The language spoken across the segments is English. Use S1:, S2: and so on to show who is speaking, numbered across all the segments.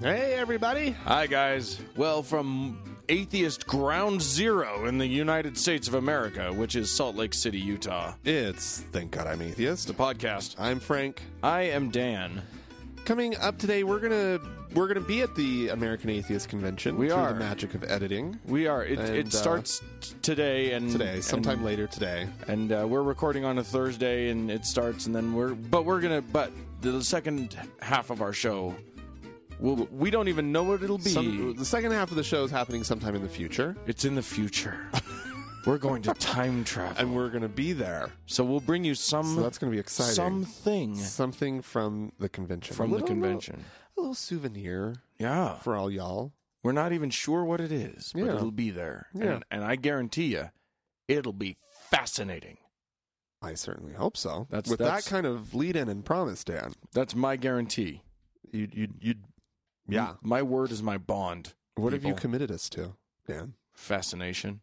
S1: Hey, everybody.
S2: Hi, guys. Well, from atheist ground zero in the United States of America, which is Salt Lake City, Utah,
S1: It's Thank God I'm Atheist.
S2: the podcast.
S1: I'm Frank.
S2: I am Dan.
S1: Coming up today, we're gonna we're gonna be at the American Atheist Convention.
S2: We
S1: through
S2: are.
S1: the magic of editing
S2: We are. It,
S1: And, uh,
S2: it starts t- today and
S1: today,
S2: Mm, and-
S1: sometime later today.
S2: and uh, we're recording on a Thursday, and it starts, and then we're but we're gonna but the second half of our show, we'll, we don't even know what it'll be.
S1: Some, the second half of the show is happening sometime in the future,
S2: It's in the future. we're going to time travel,
S1: and we're gonna be there.
S2: so we'll bring you some
S1: So that's gonna be exciting.
S2: Mm, something
S1: Something from the convention.
S2: from
S1: A
S2: the
S1: little-
S2: convention.
S1: a little souvenir
S2: Yeah,
S1: for all y'all.
S2: we're not even sure what it is, but
S1: Yeah.
S2: it'll be there.
S1: Yeah.
S2: And, and I guarantee you, it'll be fascinating.
S1: I certainly hope so.
S2: That's-
S1: With
S2: that's-
S1: that kind of lead in and promise, Dan.
S2: That's my guarantee.
S1: You you you. Yeah.
S2: my word is my bond.
S1: What have you
S2: people.
S1: committed us to, Dan?
S2: fascination.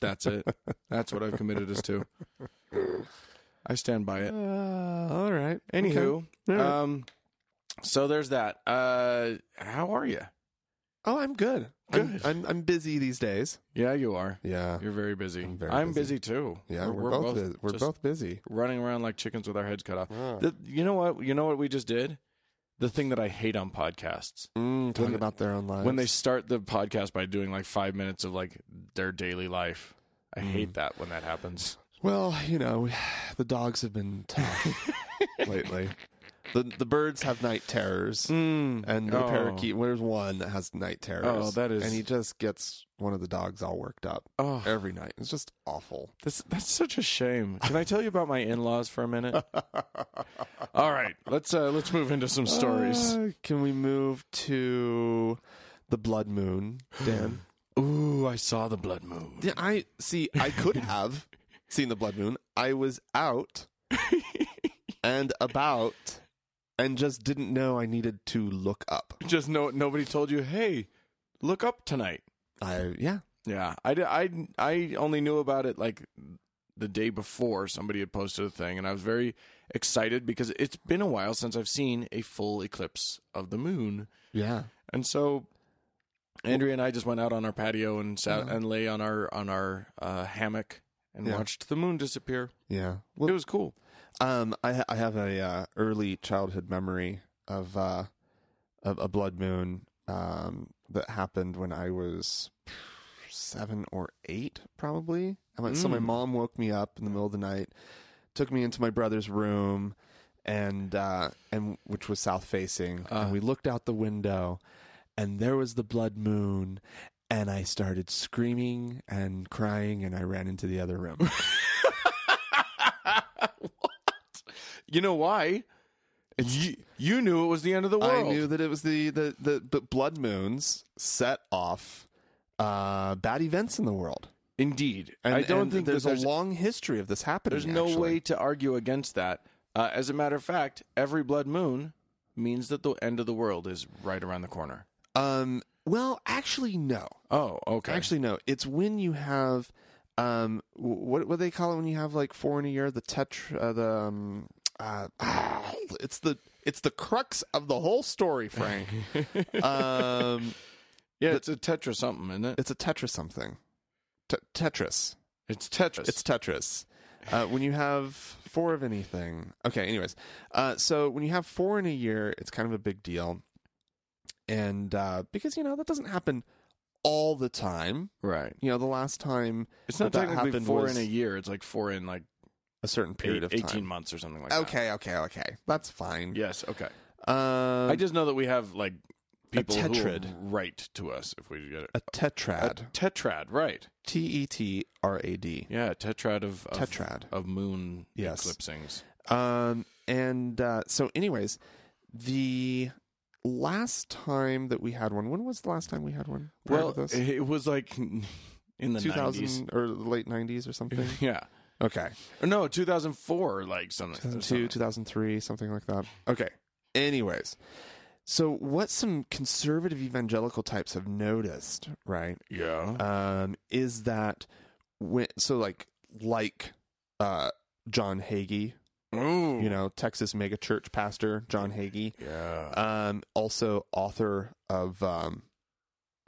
S2: That's it. That's what I've committed us to. I stand by it.
S1: all right.
S2: Uh, Anywho,
S1: All right.
S2: um, so there's that. Uh, how are you?
S1: Oh, I'm good. I'm-
S2: Good.
S1: I'm, I'm busy these days.
S2: Yeah, you are.
S1: Yeah.
S2: You're very busy. I'm,
S1: very busy.
S2: busy. too.
S1: Yeah, we're, both, bu- we're
S2: just
S1: both busy.
S2: running around like chickens with our heads cut off.
S1: Yeah.
S2: The- you know what? You know what we just did? The thing that I hate on podcasts.
S1: Mm, talk
S2: when-
S1: about their own lives.
S2: When they start the podcast by doing like five minutes of like their daily life. I hate that when that happens.
S1: well, you know, the dogs have been tough lately. The the birds have night terrors, and the
S2: Oh.
S1: parakeet. There's one that has night terrors.
S2: Oh, that is-
S1: and he just gets one of the dogs all worked up
S2: Oh.
S1: every night. It's just awful.
S2: That's that's such a shame. Can I tell you about my in-laws for a minute? All right, let's uh, let's move into some stories.
S1: Uh, can we move to the blood moon, Dan?
S2: Ah. Ooh, I saw the blood moon.
S1: Yeah, I see. I could have seen the blood moon. I was out and about, and just didn't know I needed to look up.
S2: Just no, nobody told you. Hey, look up tonight.
S1: I yeah.
S2: Yeah, I, di- I I only knew about it like the day before. Somebody had posted a thing, and I was very excited because it's been a while since I've seen a full eclipse of the moon.
S1: Yeah,
S2: And so Andrea and I just went out on our patio and sat and lay on our on our uh, hammock and
S1: Yeah.
S2: watched the moon disappear.
S1: yeah.
S2: It
S1: Well,
S2: was cool.
S1: um, I ha- I have a uh, early childhood memory of uh, of a blood moon um that happened when I was seven or eight, probably. I went, So my
S2: Mm.
S1: mom woke me up in the middle of the night, took me into my brother's room, and uh, and which was south facing,
S2: Uh.
S1: and we looked out the window, and there was the blood moon. And I started screaming and crying, and I ran into the other room.
S2: You know why? You, you knew it was the end of the
S1: I
S2: world.
S1: knew that it was the the, the the blood moons set off uh, bad events in the world.
S2: Indeed.
S1: And,
S2: I don't
S1: and
S2: think that
S1: there's,
S2: there's
S1: a long history of this happening.
S2: there's no
S1: actually.
S2: way to argue against that. Uh, as a matter of fact, every blood moon means that the end of the world is right around the corner.
S1: Um, well, actually, no.
S2: Oh, okay.
S1: Actually, no. It's when you have, um, w- what what do they call it when you have like four in a year? The tetra, uh, the um, uh, ah, it's the it's the crux of the whole story, Frank. um,
S2: yeah, it's a tetra something, isn't it?
S1: it's a tetra something, Te- Tetris.
S2: It's Tetris.
S1: It's Tetris. Uh, when you have four of anything. Okay, anyways. Uh, so when you have four in a year, it's kind of a big deal. And uh, because, you know, that doesn't happen all the time.
S2: right.
S1: You know, the last time
S2: It's not
S1: that
S2: technically
S1: happened
S2: four
S1: was
S2: in a year. It's like four in like
S1: a certain period
S2: eight-
S1: of time.
S2: 18 months or something like that.
S1: Okay, okay, okay. That's fine.
S2: Yes. Okay.
S1: Um,
S2: I just know that we have like people who will
S1: tetrad.
S2: write to us if we get it.
S1: a tetrad.
S2: Tetrad, right?
S1: T E T R A D.
S2: Yeah, tetrad of, of
S1: Tetrad.
S2: of moon
S1: Yes.
S2: eclipsings.
S1: Um, and uh, so, anyways, the last time that we had one, when was the last time we had one? Prior to
S2: Well,
S1: this?
S2: it was like in the
S1: 2000 or the late 90s or something.
S2: 90s. Yeah.
S1: okay.
S2: Or no, 2004, like something.
S1: 2002, 2003, something like that. Okay. Anyways, so what some conservative evangelical types have noticed, right,
S2: Yeah.
S1: um, is that when, so like, like, uh, John Hagee
S2: Ooh.
S1: you know, Texas mega church pastor John Hagee.
S2: Yeah.
S1: Um, also author of um,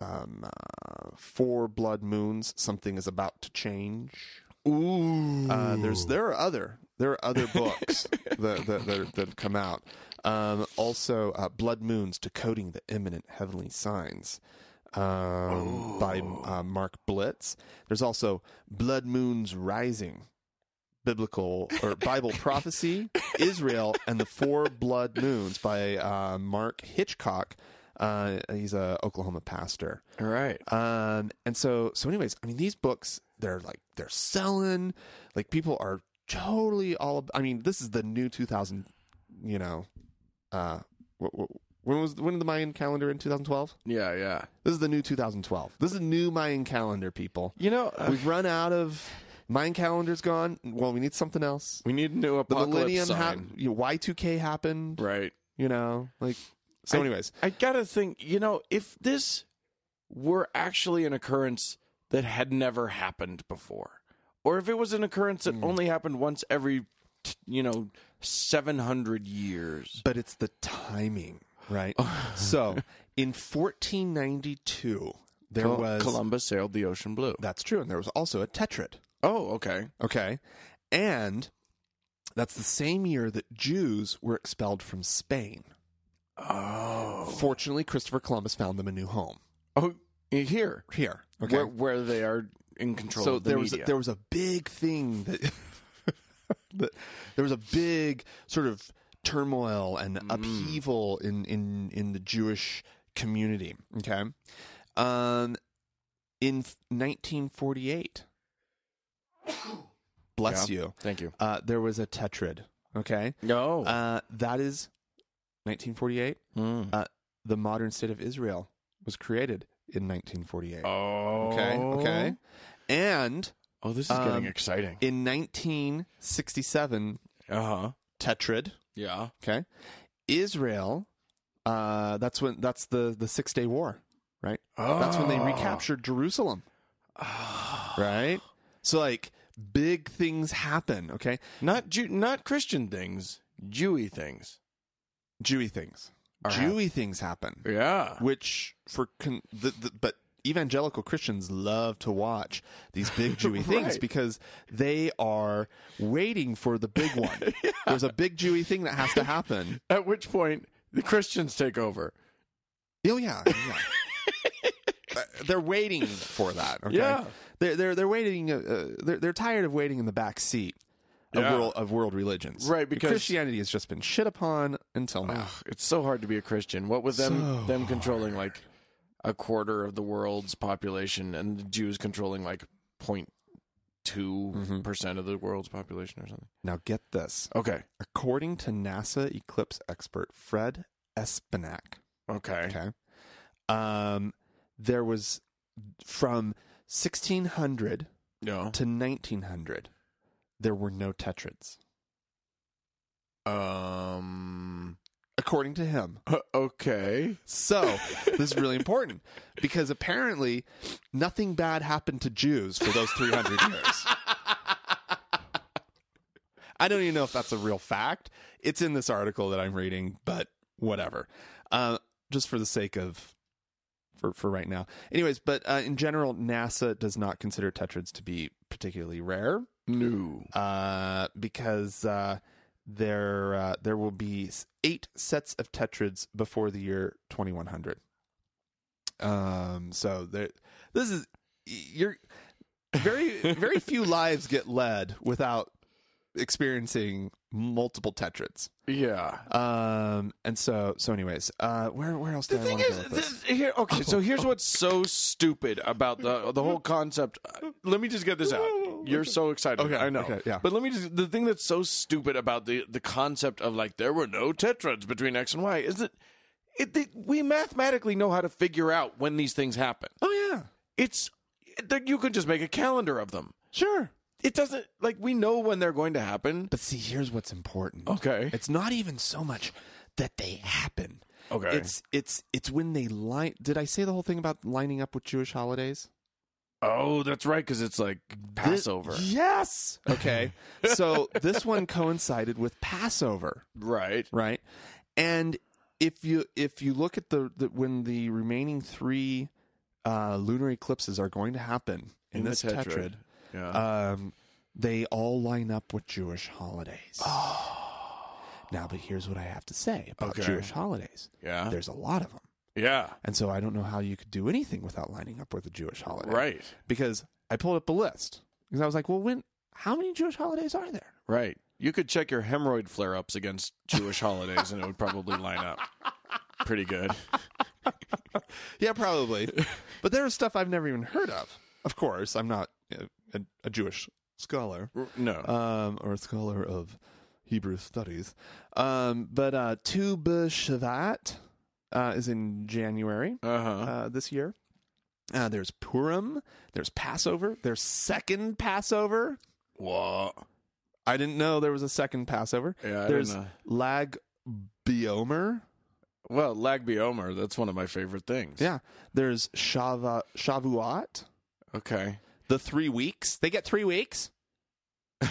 S1: um, uh, Four Blood Moons. Something is about to change.
S2: Ooh.
S1: Uh, there's there are other there are other books that that, that that have come out. Um, also, uh, Blood Moons: Decoding the Imminent Heavenly Signs um, by uh, Mark Blitz. There's also Blood Moons Rising. Biblical or Bible prophecy, Israel, and the Four Blood Moons by uh, Mark Hitchcock. Uh, he's a Oklahoma pastor.
S2: All right.
S1: Um, and so, so anyways, I mean, these books, they're like, they're selling, like people are totally all, ab- I mean, this is the new 2000, you know, uh, wh- wh- when was, when did the Mayan calendar in 2012?
S2: Yeah, yeah.
S1: This is the new 2012. This is the new Mayan calendar, people.
S2: You know, uh,
S1: We've run out of, Mayan calendar's gone. Well, we need something else.
S2: we need a new
S1: The
S2: apocalypse
S1: millennium,
S2: sign.
S1: hap- you know, Y2K happened,
S2: right.
S1: you know, like, so
S2: I-
S1: anyways,
S2: I gotta think, you know, if this were actually an occurrence that had never happened before, or if it was an occurrence that only happened once every, t- you know, 700 years.
S1: but it's the timing, right?
S2: Oh.
S1: so in 1492, there
S2: Col-
S1: was
S2: Columbus sailed the ocean blue.
S1: that's true, and there was also a tetrad.
S2: Oh, okay.
S1: Okay, and that's the same year that Jews were expelled from Spain.
S2: Oh.
S1: Fortunately, Christopher Columbus found them a new home
S2: Oh, here.
S1: here.
S2: Where, where they are in control
S1: so
S2: of the
S1: there was
S2: media.
S1: a, there was a big thing that, that there was a big sort of turmoil and
S2: Mm.
S1: upheaval in in in the Jewish community. Okay, um, in 1948, bless
S2: Yeah.
S1: you,
S2: Thank you.
S1: uh, there was a tetrad. Okay,
S2: No. Hmm.
S1: uh, that is 1948. Uh, the modern state of Israel was created in 1948.
S2: oh.
S1: Okay, okay, and
S2: Oh, this is
S1: Um,
S2: getting exciting.
S1: in 1967,
S2: Uh huh.
S1: Tetrad,
S2: Yeah.
S1: okay, Israel. Uh, that's when that's the the Six Day War, right? That's when they
S2: Oh.
S1: recaptured Jerusalem,
S2: Ah.
S1: right? So like big things happen, okay?
S2: Not Jew, not Christian things, Jewy things.
S1: Jewy things,
S2: Are hap-
S1: Jewy things happen,
S2: Yeah.
S1: which for con- the, the, but evangelical Christians love to watch these big Jewy things
S2: Right.
S1: because they are waiting for the big one. There's a big Jewy thing that has to happen.
S2: At which point the Christians take over.
S1: Oh yeah, yeah. Uh, they're waiting for that. Okay?
S2: Yeah.
S1: they're they're they're waiting. Uh, uh, they're they're tired of waiting in the back seat of
S2: Yeah.
S1: world of world religions.
S2: Right, because-
S1: Christianity has just been shit upon until now.
S2: Ugh, it's so hard to be a Christian. What with them
S1: So
S2: them controlling like a quarter of the world's population and the Jews controlling like 0.2 percent of the world's population or something.
S1: Now get this.
S2: Okay.
S1: According to NASA eclipse expert Fred Espinac,
S2: Okay.
S1: okay, um, there was from 1600
S2: No.
S1: to 1900 there were no tetrads,
S2: Um.
S1: according to him.
S2: uh, Okay.
S1: So this is really important because apparently nothing bad happened to Jews for those 300 years. I don't even know if that's a real fact. It's in this article that I'm reading, but whatever. Uh, just for the sake of for for right now. Anyways, but uh, in general, NASA does not consider tetrads to be particularly rare
S2: No.
S1: uh, because uh, there uh, there will be s- eight sets of tetrads before the year 2100. Um, so there, this is you're very very few lives get led without experiencing multiple tetrads.
S2: Yeah.
S1: Um, and so so anyways, uh, where where else did
S2: The
S1: I
S2: thing
S1: want to go
S2: is,
S1: with this?
S2: th- here, okay, so here's what's so stupid about the the whole concept. Uh, Let me just get this out. You're so excited.
S1: Okay,
S2: I know.
S1: okay, yeah.
S2: But let me just the thing that's so stupid about the the concept of like there were no tetrads between X and Y is that it, that we mathematically know how to figure out when these things happen.
S1: Oh yeah,
S2: It's that you could just make a calendar of them.
S1: sure.
S2: It doesn't like we know when they're going to happen.
S1: But see, here's what's important.
S2: Okay.
S1: It's not even so much that they happen.
S2: Okay.
S1: It's it's it's when they line. Did I say the whole thing about lining up with Jewish holidays?
S2: Oh, that's right, because it's like Passover.
S1: Yes. Okay. so this one coincided with Passover,
S2: right.
S1: right? And if you if you look at the, the when the remaining three uh, lunar eclipses are going to happen in,
S2: In the
S1: this
S2: tetrad.
S1: tetrad,
S2: Yeah.
S1: um, they all line up with Jewish holidays. Now, but here's what I have to say
S2: Oh.
S1: about
S2: Okay. Uh.
S1: Jewish holidays.
S2: yeah.
S1: There's a lot of them.
S2: Yeah.
S1: And so I don't know how you could do anything without lining up with a Jewish holiday.
S2: Right.
S1: Because I pulled up a list because I was like, well, when, how many Jewish holidays are there?
S2: Right. You could check your hemorrhoid flare ups against Jewish holidays and it would probably line up pretty good.
S1: Yeah, probably. but there was stuff I've never even heard of. Of course, I'm not a, a, a Jewish scholar
S2: No.
S1: um, or a scholar of Hebrew studies. Um, but uh, Tu B'Shvat uh, is in January.
S2: Uh huh.
S1: uh, this year. Uh, there's Purim. There's Passover. There's second Passover.
S2: Whoa.
S1: I didn't know there was a second Passover.
S2: Yeah. I
S1: there's
S2: don't know.
S1: Lag Biomer.
S2: Well, Lagby Omer, that's one of my favorite things.
S1: Yeah. There's Shava, Shavuot.
S2: Okay.
S1: The three weeks. They get three weeks. the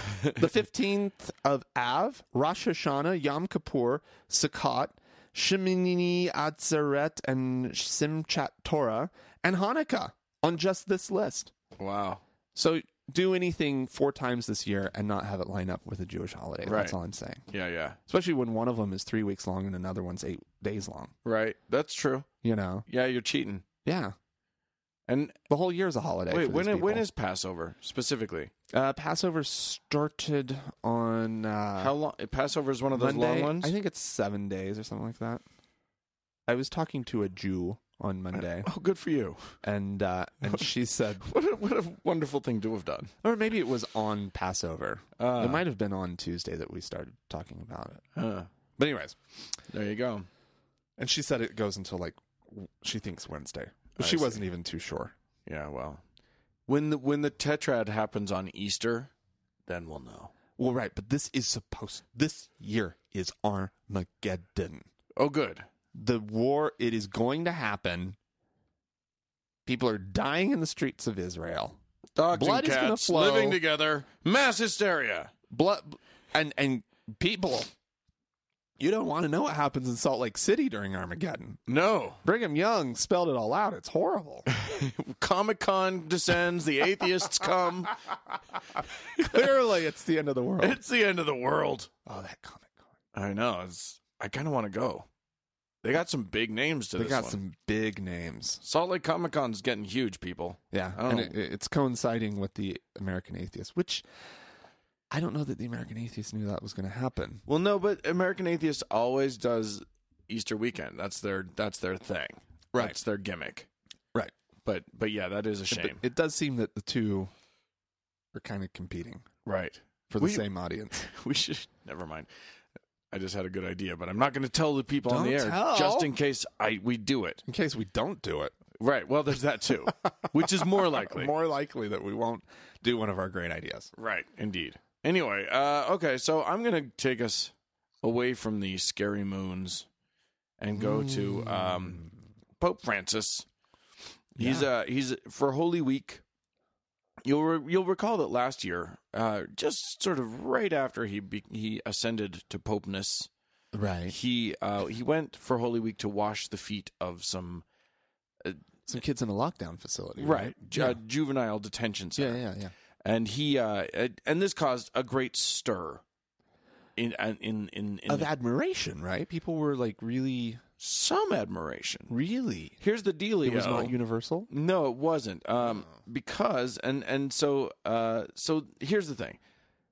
S1: 15th of Av, Rosh Hashanah, Yom Kippur, Sukkot, Shemini Atzeret, and Simchat Torah, and Hanukkah on just this list.
S2: Wow.
S1: So do anything four times this year and not have it line up with a Jewish holiday.
S2: Right.
S1: That's all I'm saying.
S2: Yeah, yeah.
S1: Especially when one of them is three weeks long and another one's eight days long.
S2: Right. That's true.
S1: You know?
S2: Yeah, you're cheating.
S1: Yeah.
S2: And
S1: The whole year's a holiday.
S2: wait,
S1: for
S2: when
S1: these
S2: i- when
S1: people.
S2: is Passover specifically?
S1: uh, Passover started on uh,
S2: How long? Passover is one of those
S1: Monday?
S2: long ones.
S1: I think it's seven days or something like that. I was talking to a Jew on Monday,
S2: Oh, good for you!
S1: and uh, and she said,
S2: What a, what a wonderful thing to have done.
S1: or maybe it was on Passover.
S2: Uh,
S1: it might have been on Tuesday that we started talking about it.
S2: uh,
S1: But anyways,
S2: there you go.
S1: And she said it goes until like w- she thinks Wednesday. But
S2: I
S1: she
S2: see.
S1: wasn't even too sure.
S2: Yeah, well, when the when the tetrad happens on Easter, then we'll know.
S1: Well, right, but this is supposed this year is Armageddon.
S2: Oh, good.
S1: The war it is going to happen. People are dying in the streets of Israel.
S2: Dogs
S1: Blood
S2: and
S1: is gonna
S2: cats
S1: flow.
S2: living together, mass hysteria.
S1: Blood and and people you don't want to know what happens in Salt Lake City during Armageddon.
S2: No,
S1: Brigham Young spelled it all out. It's horrible.
S2: Comic Con descends. The atheists come.
S1: Clearly, it's the end of the world.
S2: It's the end of the world.
S1: Oh, that comic con.
S2: I know. It's, I kind of want to go. They got some big names to
S1: They
S2: this
S1: got
S2: one.
S1: some big names.
S2: Salt Lake Comic Con's getting huge, people.
S1: Yeah,
S2: I
S1: and
S2: don't-
S1: it, it's coinciding with the American atheist, which I don't know that the American atheist knew that was going to happen.
S2: Well, no, but American Atheist always does Easter weekend. That's their that's their thing.
S1: Right.
S2: That's their gimmick.
S1: Right.
S2: But but yeah, that is a
S1: But
S2: shame.
S1: it does seem that the two are kind of competing
S2: right.
S1: for the
S2: We-
S1: same audience.
S2: We should never mind. I just had a good idea, but I'm not going to tell the people on the
S1: Don't
S2: air
S1: tell.
S2: just in case I we do it.
S1: In case we don't do it,
S2: Right. Well, there's that too, which is more likely.
S1: more likely that we won't do one of our great ideas.
S2: Right, indeed. Anyway, uh, okay, so I'm going to take us away from the scary moons and go to um,
S1: Hmm.
S2: Pope Francis. He's uh he's for Holy Week. You'll re- you'll recall that last year, uh, just sort of right after he be- he ascended to popeness,
S1: Right.
S2: he uh, he went for Holy Week to wash the feet of some
S1: Some kids in a lockdown facility.
S2: ju-
S1: Yeah.
S2: uh, juvenile detention center.
S1: yeah, yeah, yeah.
S2: and he uh and- and this caused a great stir in in in, in,
S1: Of admiration, right? People were like really,
S2: some admiration
S1: really.
S2: here's the dealio
S1: It was not Oh. universal.
S2: no it wasn't um because and and so uh so here's the thing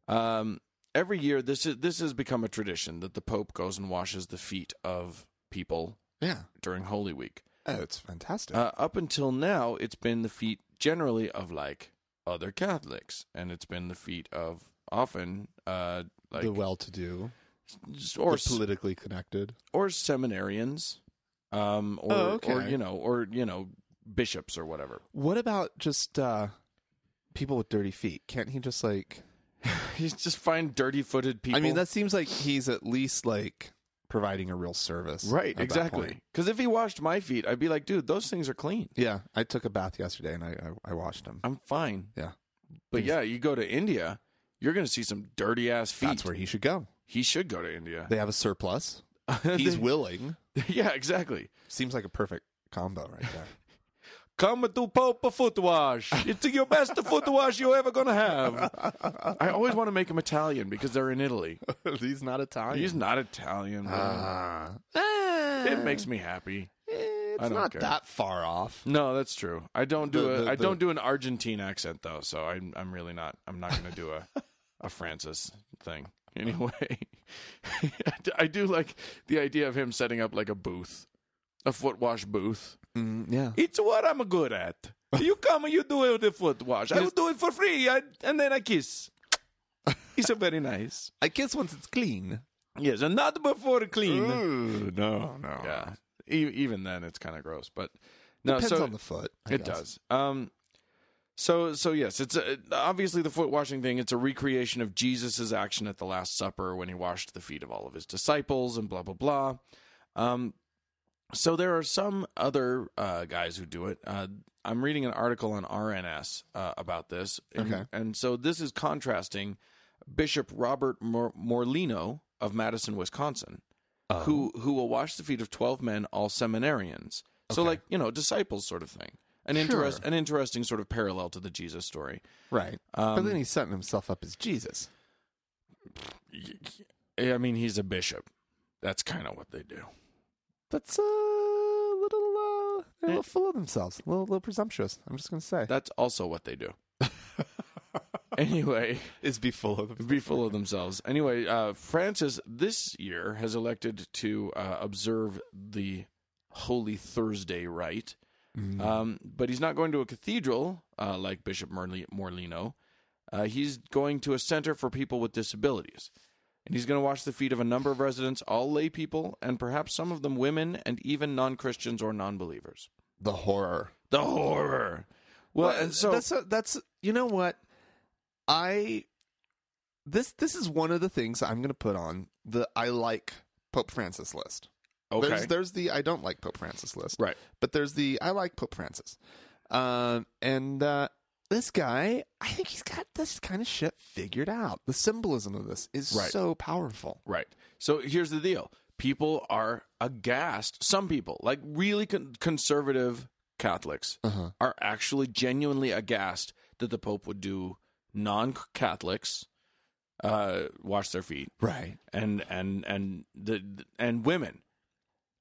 S2: um every year this is this has become a tradition that the pope goes and washes the feet of people
S1: Yeah.
S2: during holy week
S1: Oh, it's fantastic.
S2: Uh, up until now, it's been the feet generally of like other Catholics, and it's been the feet of often uh, like
S1: the well-to-do,
S2: s- or
S1: the
S2: s-
S1: politically connected.
S2: or seminarians, um, or
S1: Oh,
S2: or
S1: okay.
S2: you know, or you know, bishops or whatever.
S1: What about just uh people with dirty feet? Can't he just like
S2: He's just find dirty-footed people.
S1: I mean that seems like he's at least like providing a real service.
S2: Right,
S1: at that
S2: exactly.
S1: point.
S2: Because if he washed my feet, I'd be like, dude, those things are clean.
S1: Yeah, I took a bath yesterday and I I, I washed them.
S2: I'm fine.
S1: Yeah.
S2: But yeah, you go to India, you're going to see some dirty ass feet.
S1: That's where he should go.
S2: he should go to India.
S1: They have a surplus. He's willing.
S2: yeah, exactly.
S1: Seems like a perfect combo right there.
S2: Come to Pope foot wash. It's your best foot wash you're ever going to have. I always want to make him Italian because they're in Italy.
S1: He's not Italian.
S2: He's not Italian. man.
S1: Ah.
S2: it makes me happy.
S1: eh, It's
S2: don't
S1: not
S2: care.
S1: that far off.
S2: No, that's true. I don't do
S1: The-
S2: a
S1: the-
S2: I
S1: the-
S2: don't do an Argentine accent though, so I'm I'm really not I'm not going to do a a Francis thing anyway. I d- I do like the idea of him setting up like a booth, a foot wash booth.
S1: Mm, yeah.
S2: It's what I'm good at. You come, you do the foot wash. I will do it for free, I, and then I kiss. It's a very nice.
S1: I guess once it's clean.
S2: Yes, and not before clean. Oh,
S1: no, no.
S2: Yeah, e- even then it's kind of gross, but no.
S1: Depends
S2: so
S1: on the foot. I
S2: it
S1: guess.
S2: does. Um, so so yes, it's a, obviously the foot washing thing. It's a recreation of Jesus's action at the Last Supper when he washed the feet of all of his disciples and blah blah blah. Um, so there are some other uh, guys who do it. Uh, I'm reading an article on RNS uh, about this, and,
S1: Okay.
S2: and so this is contrasting Bishop Robert Mor- Morlino of Madison, Wisconsin,
S1: Oh.
S2: who who will wash the feet of twelve men, all seminarians. So
S1: Okay.
S2: like you know disciples sort of thing. An interest, an interesting sort of parallel to the Jesus story.
S1: Right.
S2: Um,
S1: but then he's setting himself up as Jesus.
S2: I mean, he's a bishop. That's kind of what they do.
S1: That's a little, uh, they're a little full of themselves, a little, little presumptuous. I'm just going to say.
S2: That's also what they do. anyway,
S1: Is be full of them.
S2: be full of themselves. Anyway, uh, Francis this year has elected to uh, observe the Holy Thursday rite,
S1: Mm.
S2: um, but he's not going to a cathedral uh, like Bishop Merli- Morlino. Uh, he's going to a center for people with disabilities. And he's going to wash the feet of a number of residents, all lay people, and perhaps some of them women and even non Christians or non believers.
S1: The horror.
S2: The horror. Well, and so
S1: that's a, that's you know what I this this is one of the things I'm going to put on the I like Pope Francis list.
S2: okay,
S1: There's there's the I don't like Pope Francis list.
S2: right?
S1: But there's the I like Pope Francis. Um and uh this guy, I think he's got this kind of shit figured out. The symbolism of this is
S2: Right.
S1: so powerful.
S2: Right. So here's the deal: people are aghast. Some people, like really con- conservative Catholics,
S1: Uh-huh.
S2: are actually genuinely aghast that the Pope would do non-Catholics uh, wash their feet
S1: Right.
S2: and and and the and women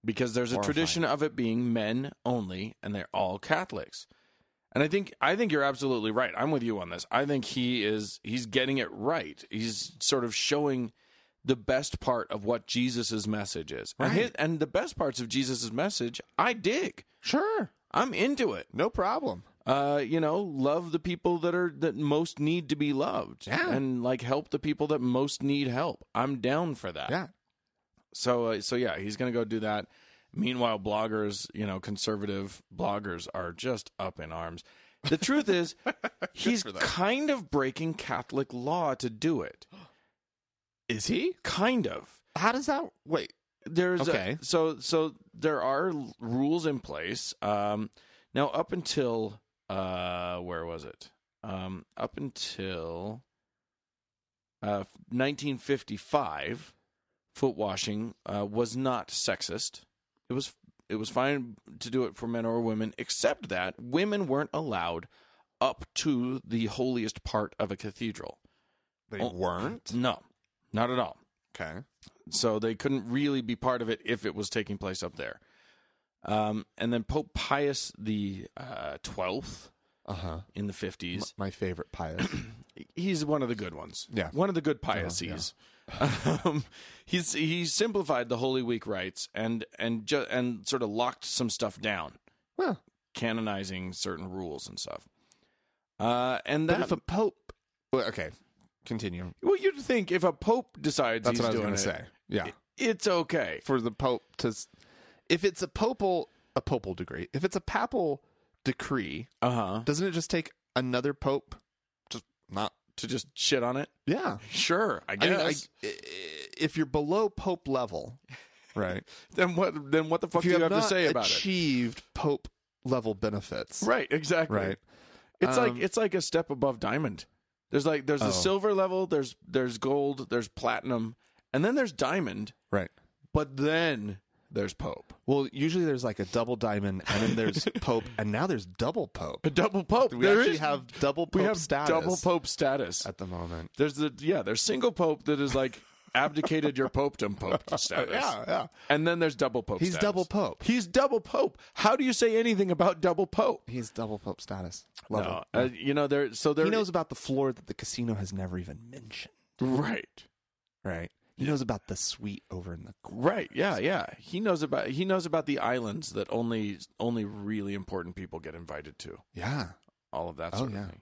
S2: because there's a
S1: Horrifying.
S2: tradition of it being men only and they're all Catholics. And I think I think you're absolutely right. I'm with you on this. I think he is he's getting it right. He's sort of showing the best part of what Jesus's message is. And, his, and the best parts of Jesus's message, I dig.
S1: Sure.
S2: I'm into it.
S1: No problem.
S2: Uh, you know, love the people that are that most need to be loved
S1: Yeah.
S2: and like help the people that most need help. I'm down for that.
S1: Yeah.
S2: So uh, so yeah, he's going to go do that. Meanwhile, bloggers, you know, conservative bloggers are just up in arms. The truth is, he's kind of breaking Catholic law to do it.
S1: Is he?
S2: Kind of.
S1: How does that wait?
S2: There's a-
S1: Okay.
S2: so so there are l- rules in place. Um, now up until uh, where was it? Um, up until uh, 1955, foot washing uh, was not sexist. It was it was fine to do it for men or women, except that women weren't allowed up to the holiest part of a cathedral.
S1: They
S2: Oh.
S1: weren't.
S2: No, not at all
S1: Okay.
S2: so they couldn't really be part of it if it was taking place up there. Um, and then Pope Pius the uh, twelfth
S1: Uh-huh.
S2: in the fifties,
S1: My favorite pious.
S2: he's one of the good ones.
S1: Yeah.
S2: one of the good Piuses. um, he's he simplified the Holy Week rites and and ju- and sort of locked some stuff down,
S1: well,
S2: canonizing certain rules and stuff. Uh, and
S1: But
S2: that
S1: if a pope, well, okay, continue.
S2: well, you'd think if a pope decides
S1: That's
S2: he's
S1: what I was
S2: doing
S1: going to
S2: it,
S1: say. Yeah,
S2: it's okay.
S1: for the pope to, s- if it's a popal, a popal degree. If it's a papal decree,
S2: Uh huh.
S1: doesn't it just take another pope? Just not.
S2: To just shit on it.
S1: Yeah.
S2: Sure, I
S1: I
S2: guess.
S1: mean, I, i- if you're below pope level, right?
S2: then what? Then what the fuck
S1: If
S2: do you have to
S1: not
S2: say about it?
S1: achieved Pope level benefits,
S2: Right, exactly.
S1: Right.
S2: It's
S1: Um,
S2: like it's like a step above diamond. There's like there's
S1: Oh.
S2: the silver level, there's there's gold, there's platinum, and then there's diamond,
S1: Right.
S2: but then there's pope.
S1: Well, usually there's like a double diamond, and then there's Pope, and now there's double Pope.
S2: A double pope.
S1: We
S2: There
S1: actually
S2: is-
S1: have double Pope
S2: we have
S1: status
S2: double pope status.
S1: at the moment.
S2: There's the yeah, there's single pope that is like abdicated your popedom pope status.
S1: yeah.
S2: And then there's double pope
S1: He's
S2: status.
S1: double Pope.
S2: He's double pope. How do you say anything about double pope?
S1: He's double Pope status level.
S2: No, uh, you know there so there
S1: he knows about the floor that the casino has never even mentioned.
S2: right.
S1: Right. He knows about the suite over in the corner.
S2: Right. Yeah. Yeah. He knows about he knows about the islands that only only really important people get invited to.
S1: Yeah.
S2: All of that
S1: Oh,
S2: sort
S1: yeah.
S2: of thing.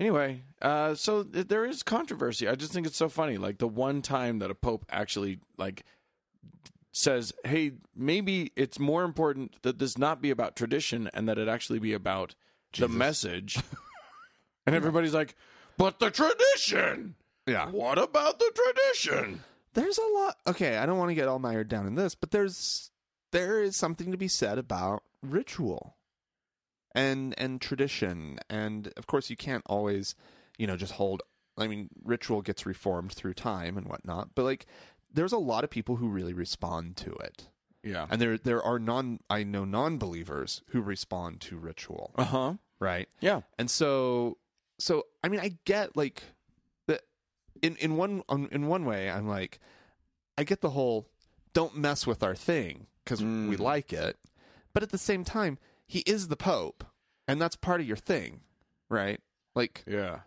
S2: Anyway, uh, so th- there is controversy. I just think it's so funny. Like the one time that a pope actually like says, "Hey, maybe it's more important that this not be about tradition and that it actually be about the
S1: Jesus.
S2: message." and everybody's like, "But the tradition?
S1: Yeah.
S2: What about the tradition?"
S1: There's a lot. Okay, I don't want to get all mired down in this, but there's there is something to be said about ritual and and tradition, and of course you can't always, you know, just hold. I mean, ritual gets reformed through time and whatnot, but like there's a lot of people who really respond to it,
S2: Yeah.
S1: and there there are non I know non believers who respond to ritual,
S2: Uh huh.
S1: right?
S2: Yeah.
S1: And so, so I mean, I get like the in in one on, in one way, I'm like, I get the whole don't mess with our thing because we like it, but at the same time, he is the Pope, and that's part of your thing, right? Like,
S2: Yeah.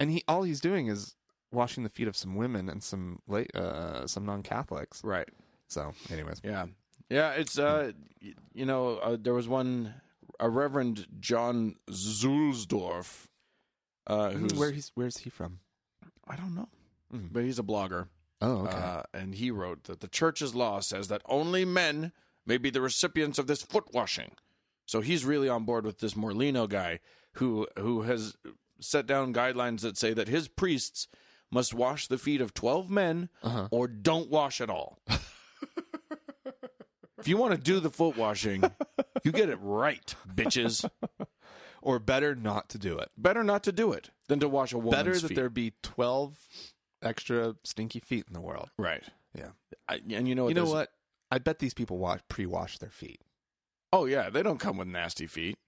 S1: and he all he's doing is washing the feet of some women and some late uh, some non Catholics.
S2: Right.
S1: So, anyways,
S2: Yeah. Yeah. It's, uh, y- you know, uh, there was one, a Reverend John Zulsdorf, uh, who's,
S1: where he's where's he from?
S2: I don't know,
S1: Mhm.
S2: but he's a blogger.
S1: Oh, okay.
S2: Uh, and he wrote that the church's law says that only men may be the recipients of this foot washing. So he's really on board with this Morlino guy who who has set down guidelines that say that his priests must wash the feet of 12 men
S1: Uh-huh.
S2: or don't wash at all. if you want to do the foot washing, you get it right, bitches.
S1: or better not to do it.
S2: Better not to do it than to wash a woman's
S1: better that
S2: feet.
S1: there be 12 extra stinky feet in the world.
S2: right.
S1: Yeah.
S2: I, and you know what?
S1: you know
S2: there's-
S1: what? I bet these people wash, pre-wash their feet.
S2: Oh yeah, they don't come with nasty feet.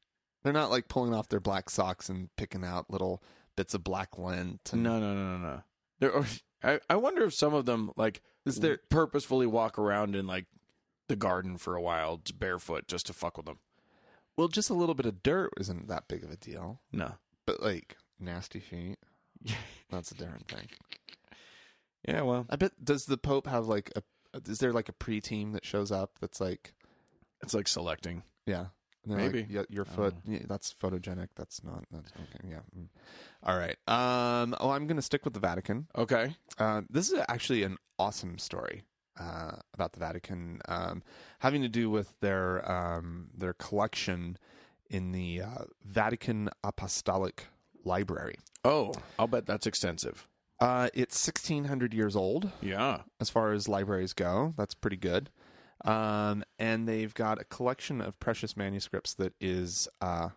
S1: They're not like pulling off their black socks and picking out little bits of black lint. And
S2: No, no, no, no, no. There are, I, I wonder if some of them like
S1: Is there-
S2: purposefully walk around in like the garden for a while t- barefoot just to fuck with them.
S1: Well, just a little bit of dirt isn't that big of a deal,
S2: No.
S1: but like nasty feet, that's a different thing.
S2: Yeah, well,
S1: I bet does the Pope have like a? Is there like a pre-team that shows up that's like,
S2: it's like selecting.
S1: yeah, And they're like,
S2: Maybe.
S1: yeah, your foot, yeah, that's photogenic. That's not. That's okay. Yeah. Mm. All right. Um. Oh, I'm gonna stick with the Vatican.
S2: Okay.
S1: Uh, this is actually an awesome story uh, about the Vatican, um, having to do with their um, their collection in the uh, Vatican Apostolic Library.
S2: Oh, I'll bet that's extensive.
S1: Uh, it's 1600 years old
S2: Yeah.
S1: as far as libraries go. That's pretty good. Um, and they've got a collection of precious manuscripts that is uh,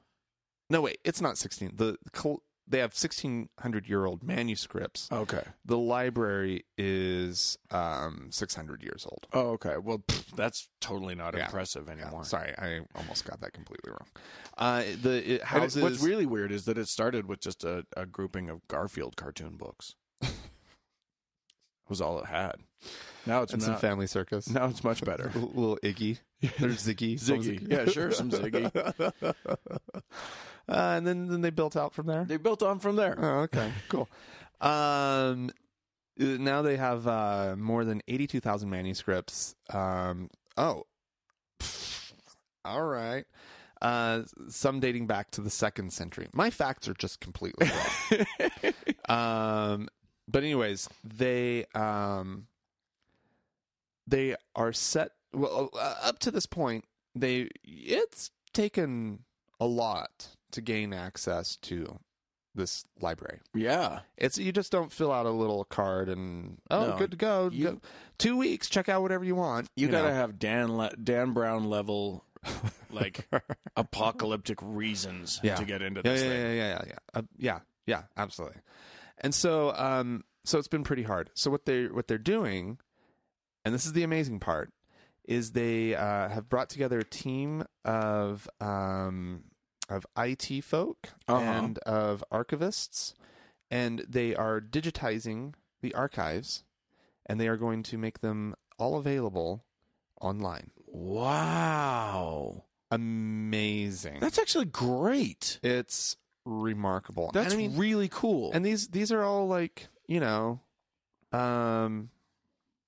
S1: no wait, it's not 16. The col- they have 1600 year old manuscripts
S2: Okay.
S1: the library is um 600 years old
S2: Oh, okay. Well, pfft, that's totally not
S1: Yeah.
S2: impressive anymore.
S1: sorry i almost got that completely wrong uh the it
S2: And it-
S1: houses
S2: what's really weird is that it started with just a, a grouping of Garfield cartoon books. was all it had. Now it's
S1: and some
S2: not,
S1: family circus
S2: now it's much better.
S1: L- little iggy there's ziggy What was
S2: Ziggy.
S1: it?
S2: Yeah, sure, some Ziggy.
S1: uh, and then then they built out from there
S2: They built on from there.
S1: oh okay cool um uh, now they have uh more than 82000 manuscripts um oh all right uh some dating back to the second century my facts are just completely wrong um but anyways they um they are set well uh, up to this point they it's taken a lot to gain access to this library.
S2: Yeah.
S1: It's you just don't fill out a little card and oh,
S2: No,
S1: good to go.
S2: you-
S1: go. Two weeks, check out whatever you want.
S2: You, gotta
S1: know.
S2: have Dan Le- Dan Brown level, like apocalyptic reasons
S1: Yeah.
S2: to get into
S1: yeah,
S2: this
S1: yeah,
S2: thing.
S1: yeah, yeah, yeah, yeah, Uh, yeah, yeah, absolutely. And so, um, so it's been pretty hard. So what they what they're doing, and this is the amazing part, is they uh, have brought together a team of um, of IT folk
S2: Uh-huh.
S1: and of archivists, and they are digitizing the archives, and they are going to make them all available online.
S2: Wow,
S1: Amazing!
S2: that's actually great.
S1: it's remarkable.
S2: That's
S1: And I mean,
S2: really cool.
S1: and these these are all like you know um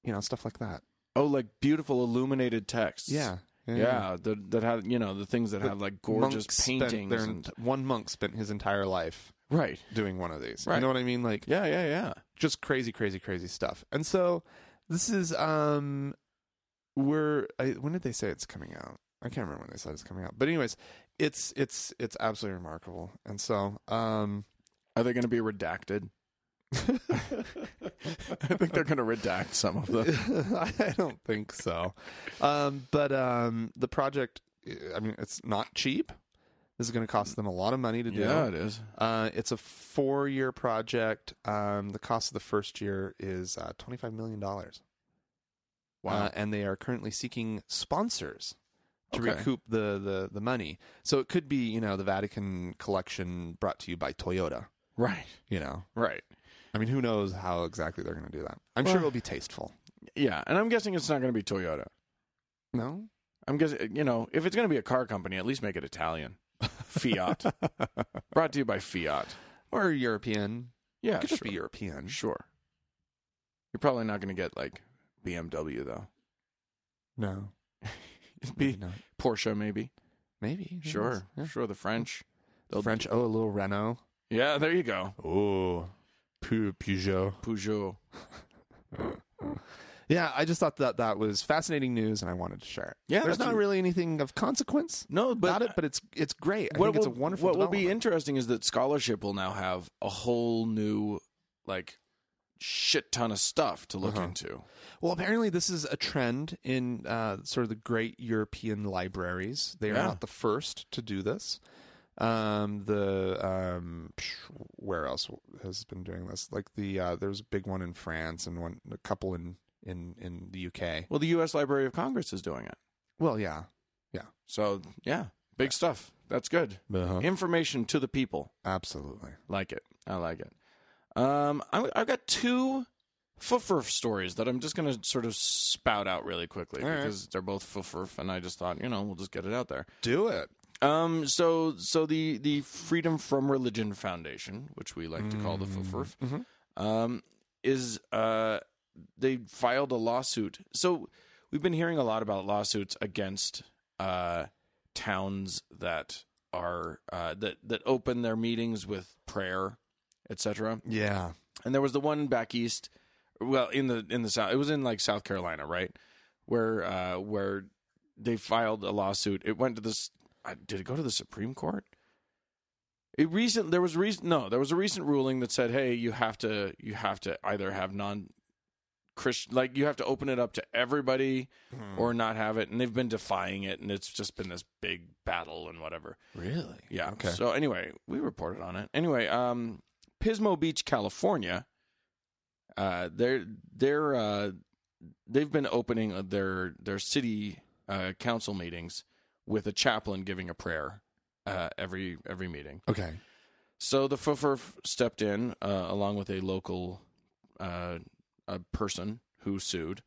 S1: you know stuff like that
S2: oh, like beautiful illuminated texts.
S1: yeah
S2: yeah, That, that had you know the things that
S1: The
S2: had like gorgeous
S1: Monks spent
S2: paintings.
S1: their-
S2: and-
S1: one monk spent his entire life
S2: right.
S1: doing one of these
S2: Right.
S1: you know what i mean like
S2: Yeah, yeah, yeah.
S1: just crazy crazy crazy stuff and so this is um we're I, when did they say it's coming out i can't remember when they said it's coming out but anyways it's it's it's absolutely remarkable and so um
S2: Are they going to be redacted? I think they're going to redact some of them.
S1: I don't think so. Um, but um, the project, I mean, it's not cheap. This is going to cost them a lot of money to do.
S2: Yeah, it is.
S1: Uh, it's a four year project. Um, the cost of the first year is uh, $25 million.
S2: Wow.
S1: Uh, and they are currently seeking sponsors to
S2: Okay.
S1: recoup the, the, the money. So it could be, you know, the Vatican collection brought to you by Toyota,
S2: right.
S1: you know.
S2: Right.
S1: I mean, who knows how exactly they're going to do that? I'm sure
S2: Well-
S1: it'll be tasteful.
S2: Yeah, and I'm guessing it's not going to be Toyota.
S1: No?
S2: I'm guessing, you know, if it's going to be a car company, at least make it Italian. Fiat. Brought to you by Fiat.
S1: Or European.
S2: Yeah,
S1: It could
S2: sure.
S1: just be European.
S2: sure. You're probably not going to get like BMW though.
S1: No.
S2: It'd
S1: Maybe
S2: be
S1: not.
S2: Porsche maybe.
S1: Maybe. who knows?
S2: Sure.
S1: Yeah.
S2: Sure the French. They'll-
S1: French. Oh, a little Renault.
S2: Yeah, there you go.
S1: Oh. Peugeot.
S2: Peugeot.
S1: Yeah, I just thought that that was fascinating news and I wanted to share it.
S2: Yeah,
S1: There's
S2: that's
S1: not
S2: a-
S1: really anything of consequence
S2: No, but
S1: about it, but it's it's great. I
S2: what
S1: think it's a
S2: will-
S1: wonderful
S2: What will be
S1: development.
S2: interesting is that scholarship will now have a whole new like shit ton of stuff to look
S1: Uh-huh.
S2: into.
S1: Well, apparently this is a trend in uh, sort of the great European libraries. They are
S2: Yeah.
S1: not the first to do this. Um, the um, psh, where else has been doing this? Like the uh, there's a big one in France and one a couple in in in the UK.
S2: Well, the U.S. Library of Congress is doing it.
S1: Well, yeah,
S2: So yeah, big stuff. That's good. Information to the people.
S1: absolutely.
S2: Like it. I like it. Um, I, I've got two fufurf stories that I'm just going to sort of spout out really quickly
S1: All right.
S2: because they're both fufurf, and I just thought, you know, we'll just get it out there.
S1: Do it.
S2: Um, so so the the Freedom from Religion Foundation, which we like to call the FFRF,
S1: Mhm.
S2: um, is uh they filed a lawsuit. So we've been hearing a lot about lawsuits against uh towns that are uh that that open their meetings with prayer, etc.
S1: Yeah.
S2: And there was the one back east, well in the in the south. It was in like South Carolina, right? Where uh where they filed a lawsuit. It went to this. Uh, did it go to the Supreme Court? It recent there was recent no there was a recent ruling that said hey you have to you have to either have non Christian like you have to open it up to everybody
S1: Hmm.
S2: or not have it and they've been defying it and it's just been this big battle and whatever
S1: Really?
S2: yeah.
S1: Okay.
S2: So anyway, we reported on it. Anyway, um, Pismo Beach, California, uh, they're they're uh, they've been opening their their city uh, council meetings with a chaplain giving a prayer uh, every every meeting.
S1: Okay.
S2: So the FFRF stepped in uh, along with a local uh, a person who sued,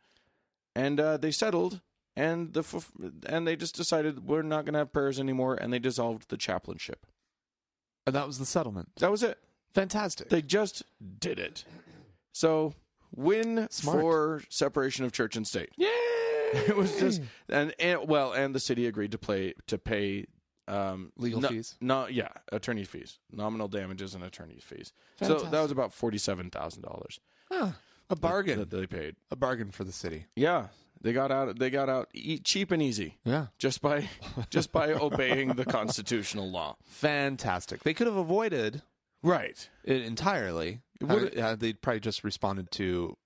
S2: and uh, they settled. And the FFRF and they just decided we're not going to have prayers anymore, and they dissolved the chaplainship.
S1: And Uh, that was the settlement.
S2: That was it.
S1: Fantastic.
S2: They just did it. So win
S1: Smart.
S2: for separation of church and state.
S1: Yay!
S2: It was just and, and well, and the city agreed to play to pay um,
S1: Legal
S2: no-
S1: fees.
S2: No, yeah, attorney fees, nominal damages, and attorney fees. So that was about forty-seven thousand dollars
S1: Ah, a bargain.
S2: that they paid.
S1: A bargain for the city.
S2: Yeah, they got out. They got out e- cheap and easy
S1: Yeah.
S2: just by just by obeying the constitutional law.
S1: Fantastic. They could have avoided
S2: Right.
S1: it entirely.
S2: It would-
S1: Uh, uh, they probably just responded to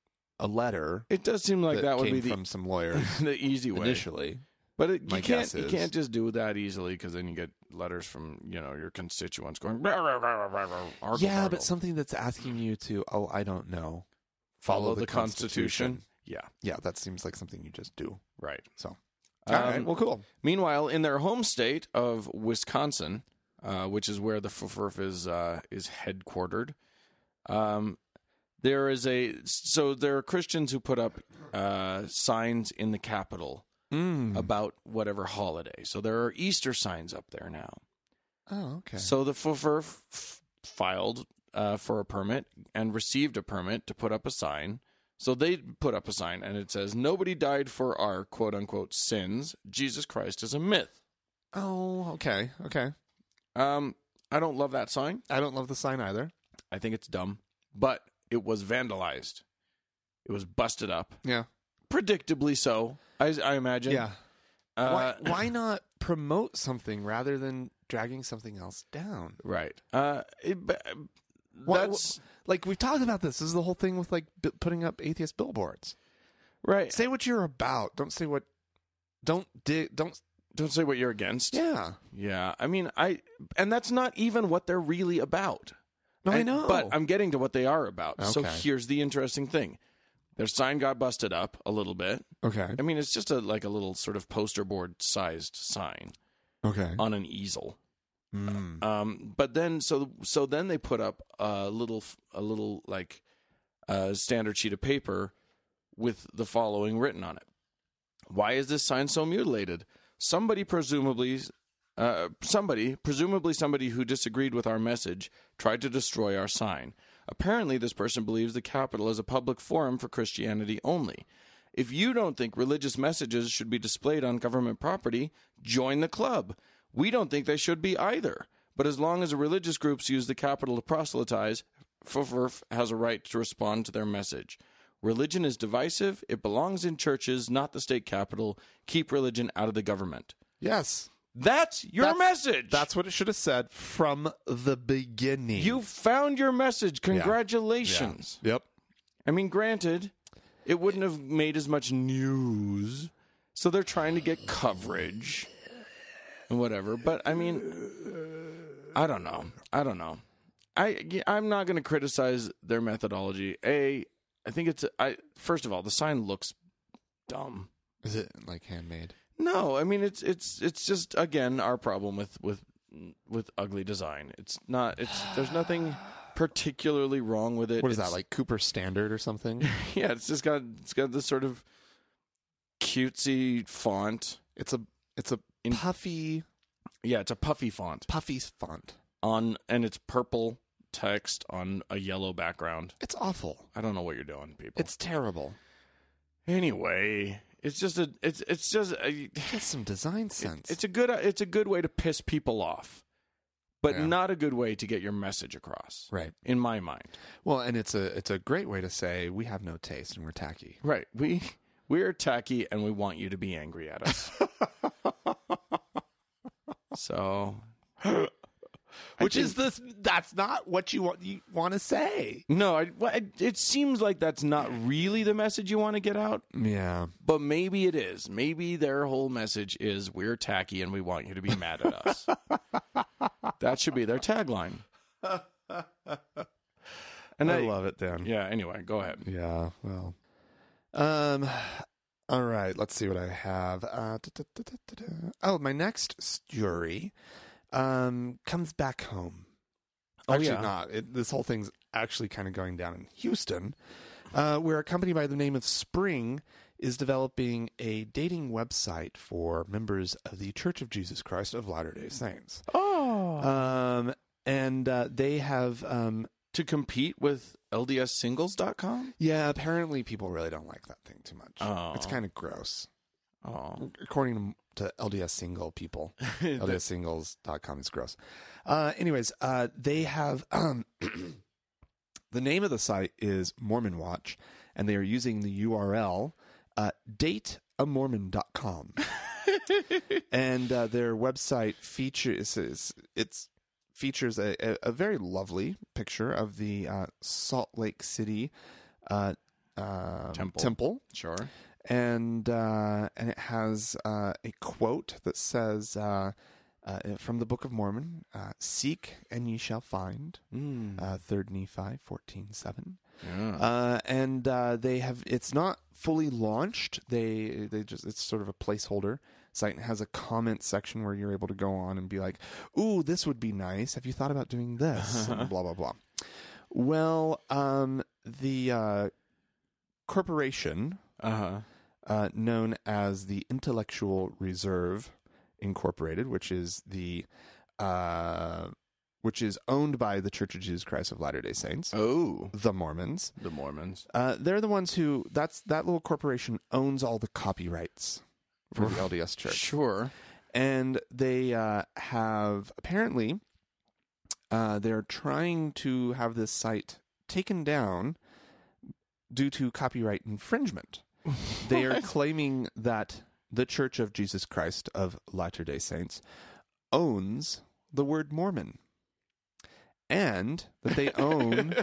S1: a letter
S2: It does seem like
S1: that,
S2: that, would
S1: came
S2: be the,
S1: from some lawyers
S2: the easy way.
S1: initially.
S2: But it,
S1: My
S2: you can't
S1: guess
S2: you
S1: is.
S2: can't just do that easily because then you get letters from you know your constituents going. "Rah, rah, rah, rah, rah, rah, argle,
S1: yeah,
S2: argle."
S1: but something that's asking you to, oh, I don't know,
S2: follow, the, Constitution. Yeah,
S1: Yeah, that seems like something you just do.
S2: right.
S1: So, all
S2: Um,
S1: right, well, cool.
S2: Meanwhile, in their home state of Wisconsin, uh, which is where the FFRF is uh, is headquartered, um, there is a so there are Christians who put up uh, signs in the Capitol
S1: Mm.
S2: about whatever holiday. So there are Easter signs up there now.
S1: Oh, okay.
S2: So the FFRF f- filed uh, for a permit and received a permit to put up a sign. So they put up a sign and it says, Nobody died for our quote unquote sins. Jesus Christ is a myth.
S1: Oh, okay, okay.
S2: Um, I don't love that sign.
S1: I don't love the sign either.
S2: I think it's dumb, but it was vandalized. It was busted up,
S1: Yeah,
S2: predictably so. I, I imagine.
S1: yeah.
S2: Uh,
S1: why, why not promote something rather than dragging something else down?
S2: Right. Uh, it, but, uh,
S1: Why-
S2: that's
S1: Like we've talked about this. This is the whole thing with like b- putting up atheist billboards.
S2: right.
S1: Say what you're about. Don't say what. Don't dig. Don't.
S2: Don't say what you're against.
S1: Yeah.
S2: Yeah, I mean, I and that's not even what they're really about.
S1: No, I
S2: And-
S1: know.
S2: but I'm getting to what they are about. So
S1: Okay.
S2: here's the interesting thing: their sign got busted up a little bit.
S1: okay.
S2: I mean, it's just a like a little sort of poster board sized sign
S1: Okay.
S2: on an easel.
S1: Mm.
S2: Um, but then so so then they put up a little a little like uh, standard sheet of paper with the following written on it. Why is this sign so mutilated? Somebody presumably uh, somebody presumably somebody who disagreed with our message tried to destroy our sign. Apparently, this person believes the Capitol is a public forum for Christianity only. If you don't think religious messages should be displayed on government property, join the club. We don't think they should be either. But as long as religious groups use the Capitol to proselytize, FFRF has a right to respond to their message. Religion is divisive. It belongs in churches, not the state capitol. Keep religion out of the government.
S1: Yes.
S2: That's your
S1: That's-
S2: message.
S1: That's what it should have said from the beginning.
S2: you found your message. Congratulations.
S1: Yep.
S2: I mean, granted, it wouldn't have made as much news, so they're trying to get coverage and whatever. But I mean, I don't know. I don't know. I yeah, I'm not going to criticize their methodology. A, I think it's I first of all, the sign looks dumb.
S1: Is it like handmade?
S2: No, I mean it's it's it's just again our problem with with with ugly design. It's not it's there's nothing particularly wrong with it.
S1: What is
S2: It's-
S1: that like Cooper Standard or something?
S2: Yeah, it's just got it's got this sort of cutesy font.
S1: it's a it's a
S2: In-
S1: puffy
S2: Yeah, it's a puffy font
S1: puffy font.
S2: on and it's purple text on a yellow background.
S1: It's awful.
S2: I don't know what you're doing, people.
S1: It's terrible.
S2: anyway, it's just a it's it's just a,
S1: Get some design sense.
S2: it's a good it's a good way to piss people off, but
S1: Yeah.
S2: not a good way to get your message across.
S1: right.
S2: in my mind.
S1: Well, and it's a it's a great way to say we have no taste and we're tacky.
S2: Right. We we're tacky and we want you to be angry at us. so
S1: Which is this? That's not what you want. You want to say?
S2: no, I, well, it, it seems like that's not really the message you want to get out,
S1: Yeah.
S2: but maybe it is. Maybe their whole message is we're tacky and we want you to be mad at us. that should be their tagline. And I,
S1: love it, Dan.
S2: yeah. Anyway, go ahead.
S1: Yeah, well. Um all right, let's see what I have. Uh, da- da- da- da- da- da. Oh, my next story um comes back home.
S2: Oh,
S1: actually
S2: yeah.
S1: not. It, this whole thing's actually kind of going down in Houston, uh, where a company by the name of Spring is developing a dating website for members of the Church of Jesus Christ of Latter-day Saints.
S2: Oh,
S1: Um and uh, they have um
S2: to compete with LDSSingles.com.
S1: yeah, apparently people really don't like that thing too much.
S2: Oh,
S1: It's kind of gross.
S2: oh.
S1: According to, to LDS single people, LDSsingles.com is gross. Uh, anyways, uh, they have um, the name of the site is Mormon Watch, and they are using the URL uh, dateamormon.com. and uh, their website features it's, it's features a, a, a very lovely picture of the uh, Salt Lake City uh, um,
S2: Temple.
S1: temple
S2: Sure.
S1: and uh, and it has uh, a quote that says uh, uh, from the Book of Mormon: uh, "Seek and ye shall find."
S2: Mm.
S1: Uh, Third Nephi fourteen seven,
S2: Yeah.
S1: uh, and uh, they have it's not fully launched. They they just it's sort of a placeholder site and has a comment section where you're able to go on and be like, "Ooh, this would be nice. Have you thought about doing this?" And blah blah blah. Well, um, the uh, corporation
S2: Uh-huh.
S1: uh, known as the Intellectual Reserve Incorporated, which is the uh, which is owned by the Church of Jesus Christ of Latter Day Saints,
S2: Oh,
S1: the Mormons.
S2: the Mormons.
S1: Uh, they're the ones who that's that little corporation owns all the copyrights for the LDS Church,
S2: Sure.
S1: and they uh, have apparently uh, they're trying to have this site taken down due to copyright infringement. They are claiming that the Church of Jesus Christ of Latter day Saints owns the word Mormon and that they own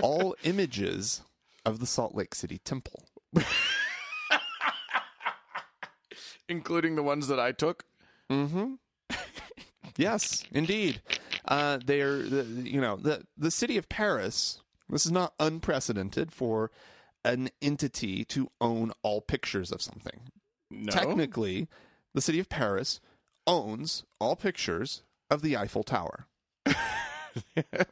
S1: all images of the Salt Lake City Temple.
S2: Including the ones that I took.
S1: Mm-hmm. yes, indeed. Uh, they are, the, you know, the the city of Paris. This is not unprecedented for an entity to own all pictures of something.
S2: No.
S1: Technically, the city of Paris owns all pictures of the Eiffel Tower.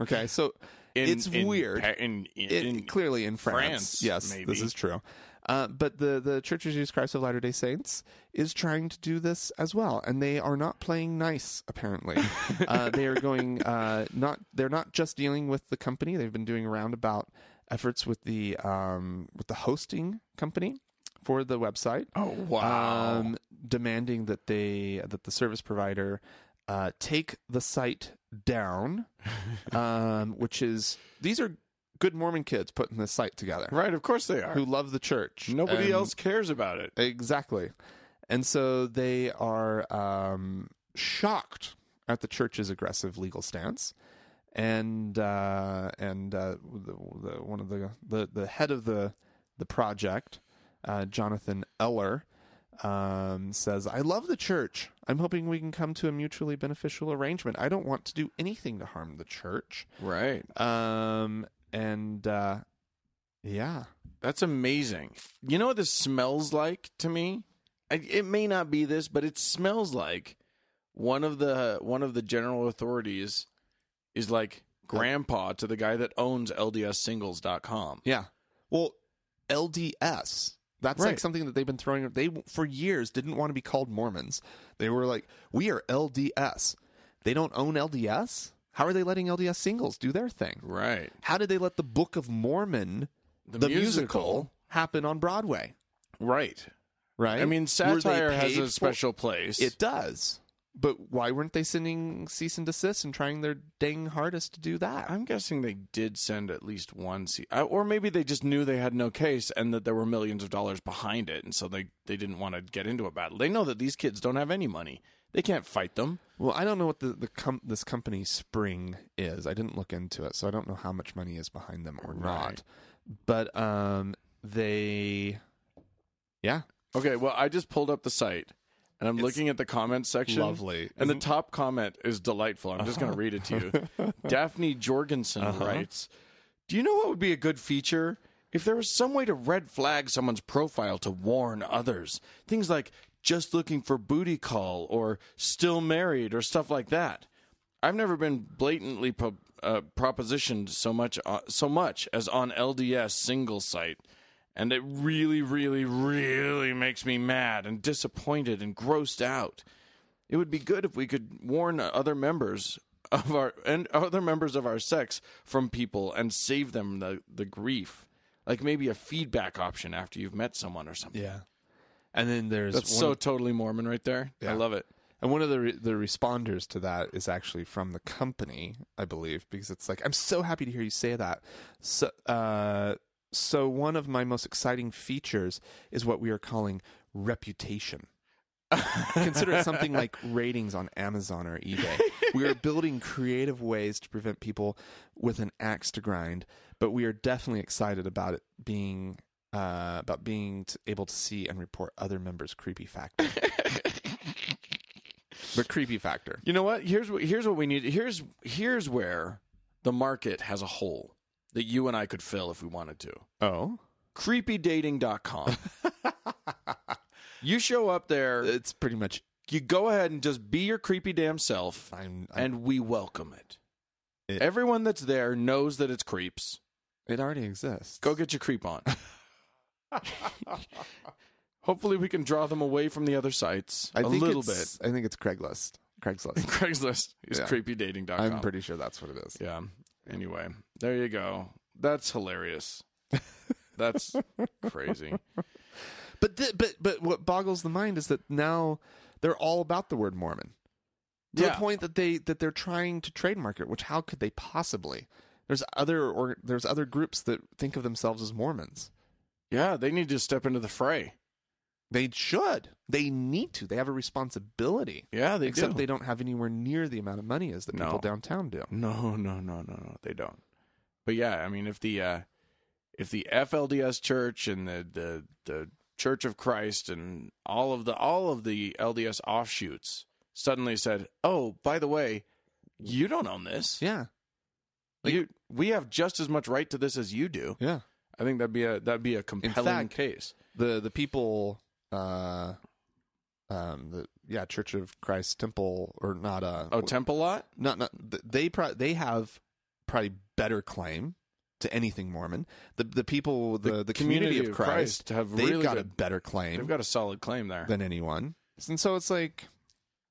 S1: okay, so
S2: In-
S1: it's
S2: in
S1: weird.
S2: Pa- in, in,
S1: it,
S2: in-
S1: clearly in France.
S2: France,
S1: yes,
S2: maybe.
S1: this is true. Uh, but the the Church of Jesus Christ of Latter Day Saints is trying to do this as well, and they are not playing nice. Apparently, uh, they are going uh, not. They're not just dealing with the company. They've been doing roundabout efforts with the um, with the hosting company for the website
S2: oh wow.
S1: um, demanding that they that the service provider uh, take the site down, um, which is these are good Mormon kids putting this site together
S2: right. Of course they are.
S1: who love the church.
S2: Nobody
S1: And-
S2: else cares about it.
S1: exactly, and so they are um, shocked at the church's aggressive legal stance. And uh, and uh, the, the, one of the, the the head of the the project, uh, Jonathan Eller, um, says, I love the church. I'm hoping we can come to a mutually beneficial arrangement. I don't want to do anything to harm the church.
S2: Right.
S1: Um, and uh, yeah.
S2: That's amazing. You know what this smells like to me? I, it may not be this, but it smells like one of the one of the general authorities is like grandpa to the guy that owns ldssingles.com.
S1: Yeah. Well, LDS. That's like
S2: Right.
S1: something that they've been throwing. They for years didn't want to be called Mormons. They were like, "We are LDS." They don't own LDS. How are they letting LDS singles do their thing?
S2: Right.
S1: How did they let the Book of Mormon, the, musical, happen on Broadway?
S2: Right.
S1: Right.
S2: I mean,
S1: Were they
S2: satire has
S1: paid
S2: a
S1: for-
S2: special place.
S1: It does. But why weren't they sending cease and desist and trying their dang hardest to do that?
S2: I'm guessing they did send at least one, se- I- or maybe they just knew they had no case and that there were millions of dollars behind it, and so they they didn't want to get into a battle. They know that these kids don't have any money; they can't fight them.
S1: Well, I don't know what the, the com- this company Spring is. I didn't look into it, so I don't know how much money is behind them or not.
S2: Right.
S1: But um, they, yeah,
S2: Okay, well, I just pulled up the site, and I'm looking at the comments section.
S1: lovely.
S2: And the top comment is delightful. I'm just going to read it to you. Daphne Jorgensen writes Do you know what would be a good feature? If there was some way to red flag someone's profile to warn others, things like just looking for booty call or still married or stuff like that. I've never been blatantly pro- uh, propositioned so much uh, so much as on LDS single site, and it really, really, really makes me mad and disappointed and grossed out. It would be good if we could warn other members of our and other members of our sex from people and save them the, the grief. Like maybe a feedback option after you've met someone or something.
S1: yeah, and then there's
S2: That's
S1: one
S2: so
S1: of-
S2: totally Mormon right there. I love it.
S1: and one of the re- the responders to that is actually from the company, I believe, because it's like I'm so happy to hear you say that. So, uh, so one of my most exciting features is what we are calling reputation. Consider it something like ratings on Amazon or eBay. we are building creative ways to prevent people with an axe to grind, but we are definitely excited about it being uh, about being t- able to see and report other members' creepy factor. the creepy factor.
S2: You know what? Here's what here's what we need. Here's here's where the market has a hole that you and I could fill if we wanted to.
S1: Oh,
S2: Creepydating.com. you show up there,
S1: it's pretty much.
S2: you go ahead and just be your creepy damn self
S1: I'm, I'm-
S2: and we welcome it.
S1: It-
S2: Everyone that's there knows that it's creeps.
S1: it already exists.
S2: Go get your creep on. Hopefully we can draw them away from the other sites a
S1: I think
S2: little bit.
S1: it's- I think it's Craigslist. Craigslist.
S2: Craigslist is
S1: Yeah.
S2: creepydating.com.
S1: I'm pretty sure that's what it is.
S2: Yeah. Anyway, there you go. That's hilarious. That's crazy.
S1: But th- but but what boggles the mind is that now they're all about the word Mormon to
S2: Yeah.
S1: the point that they that they're trying to trademark it. Which how could they possibly? There's other or there's other groups that think of themselves as Mormons.
S2: Yeah, they need to step into the fray.
S1: They should. They need to. They have a responsibility.
S2: Yeah, they
S1: Except
S2: do.
S1: they don't have anywhere near the amount of money as the
S2: No.
S1: people downtown do.
S2: no, no, no, no, no. They don't. But yeah, I mean, if the uh, if the FLDS Church and the the the Church of Christ and all of the all of the LDS offshoots suddenly said, "Oh, by the way, you don't own this.
S1: Yeah.
S2: you, we have just as much right to this as you do."
S1: Yeah.
S2: I think that'd be a that'd be a compelling
S1: fact,
S2: case.
S1: the the people uh um the yeah church of christ temple or not uh
S2: Oh, Temple Lot?
S1: not not th- they pro- they have probably better claim to anything mormon the the people the the, community, of christ,
S2: have
S1: they've
S2: really
S1: got a
S2: good,
S1: better claim
S2: they've got a solid claim there.
S1: than anyone and so it's like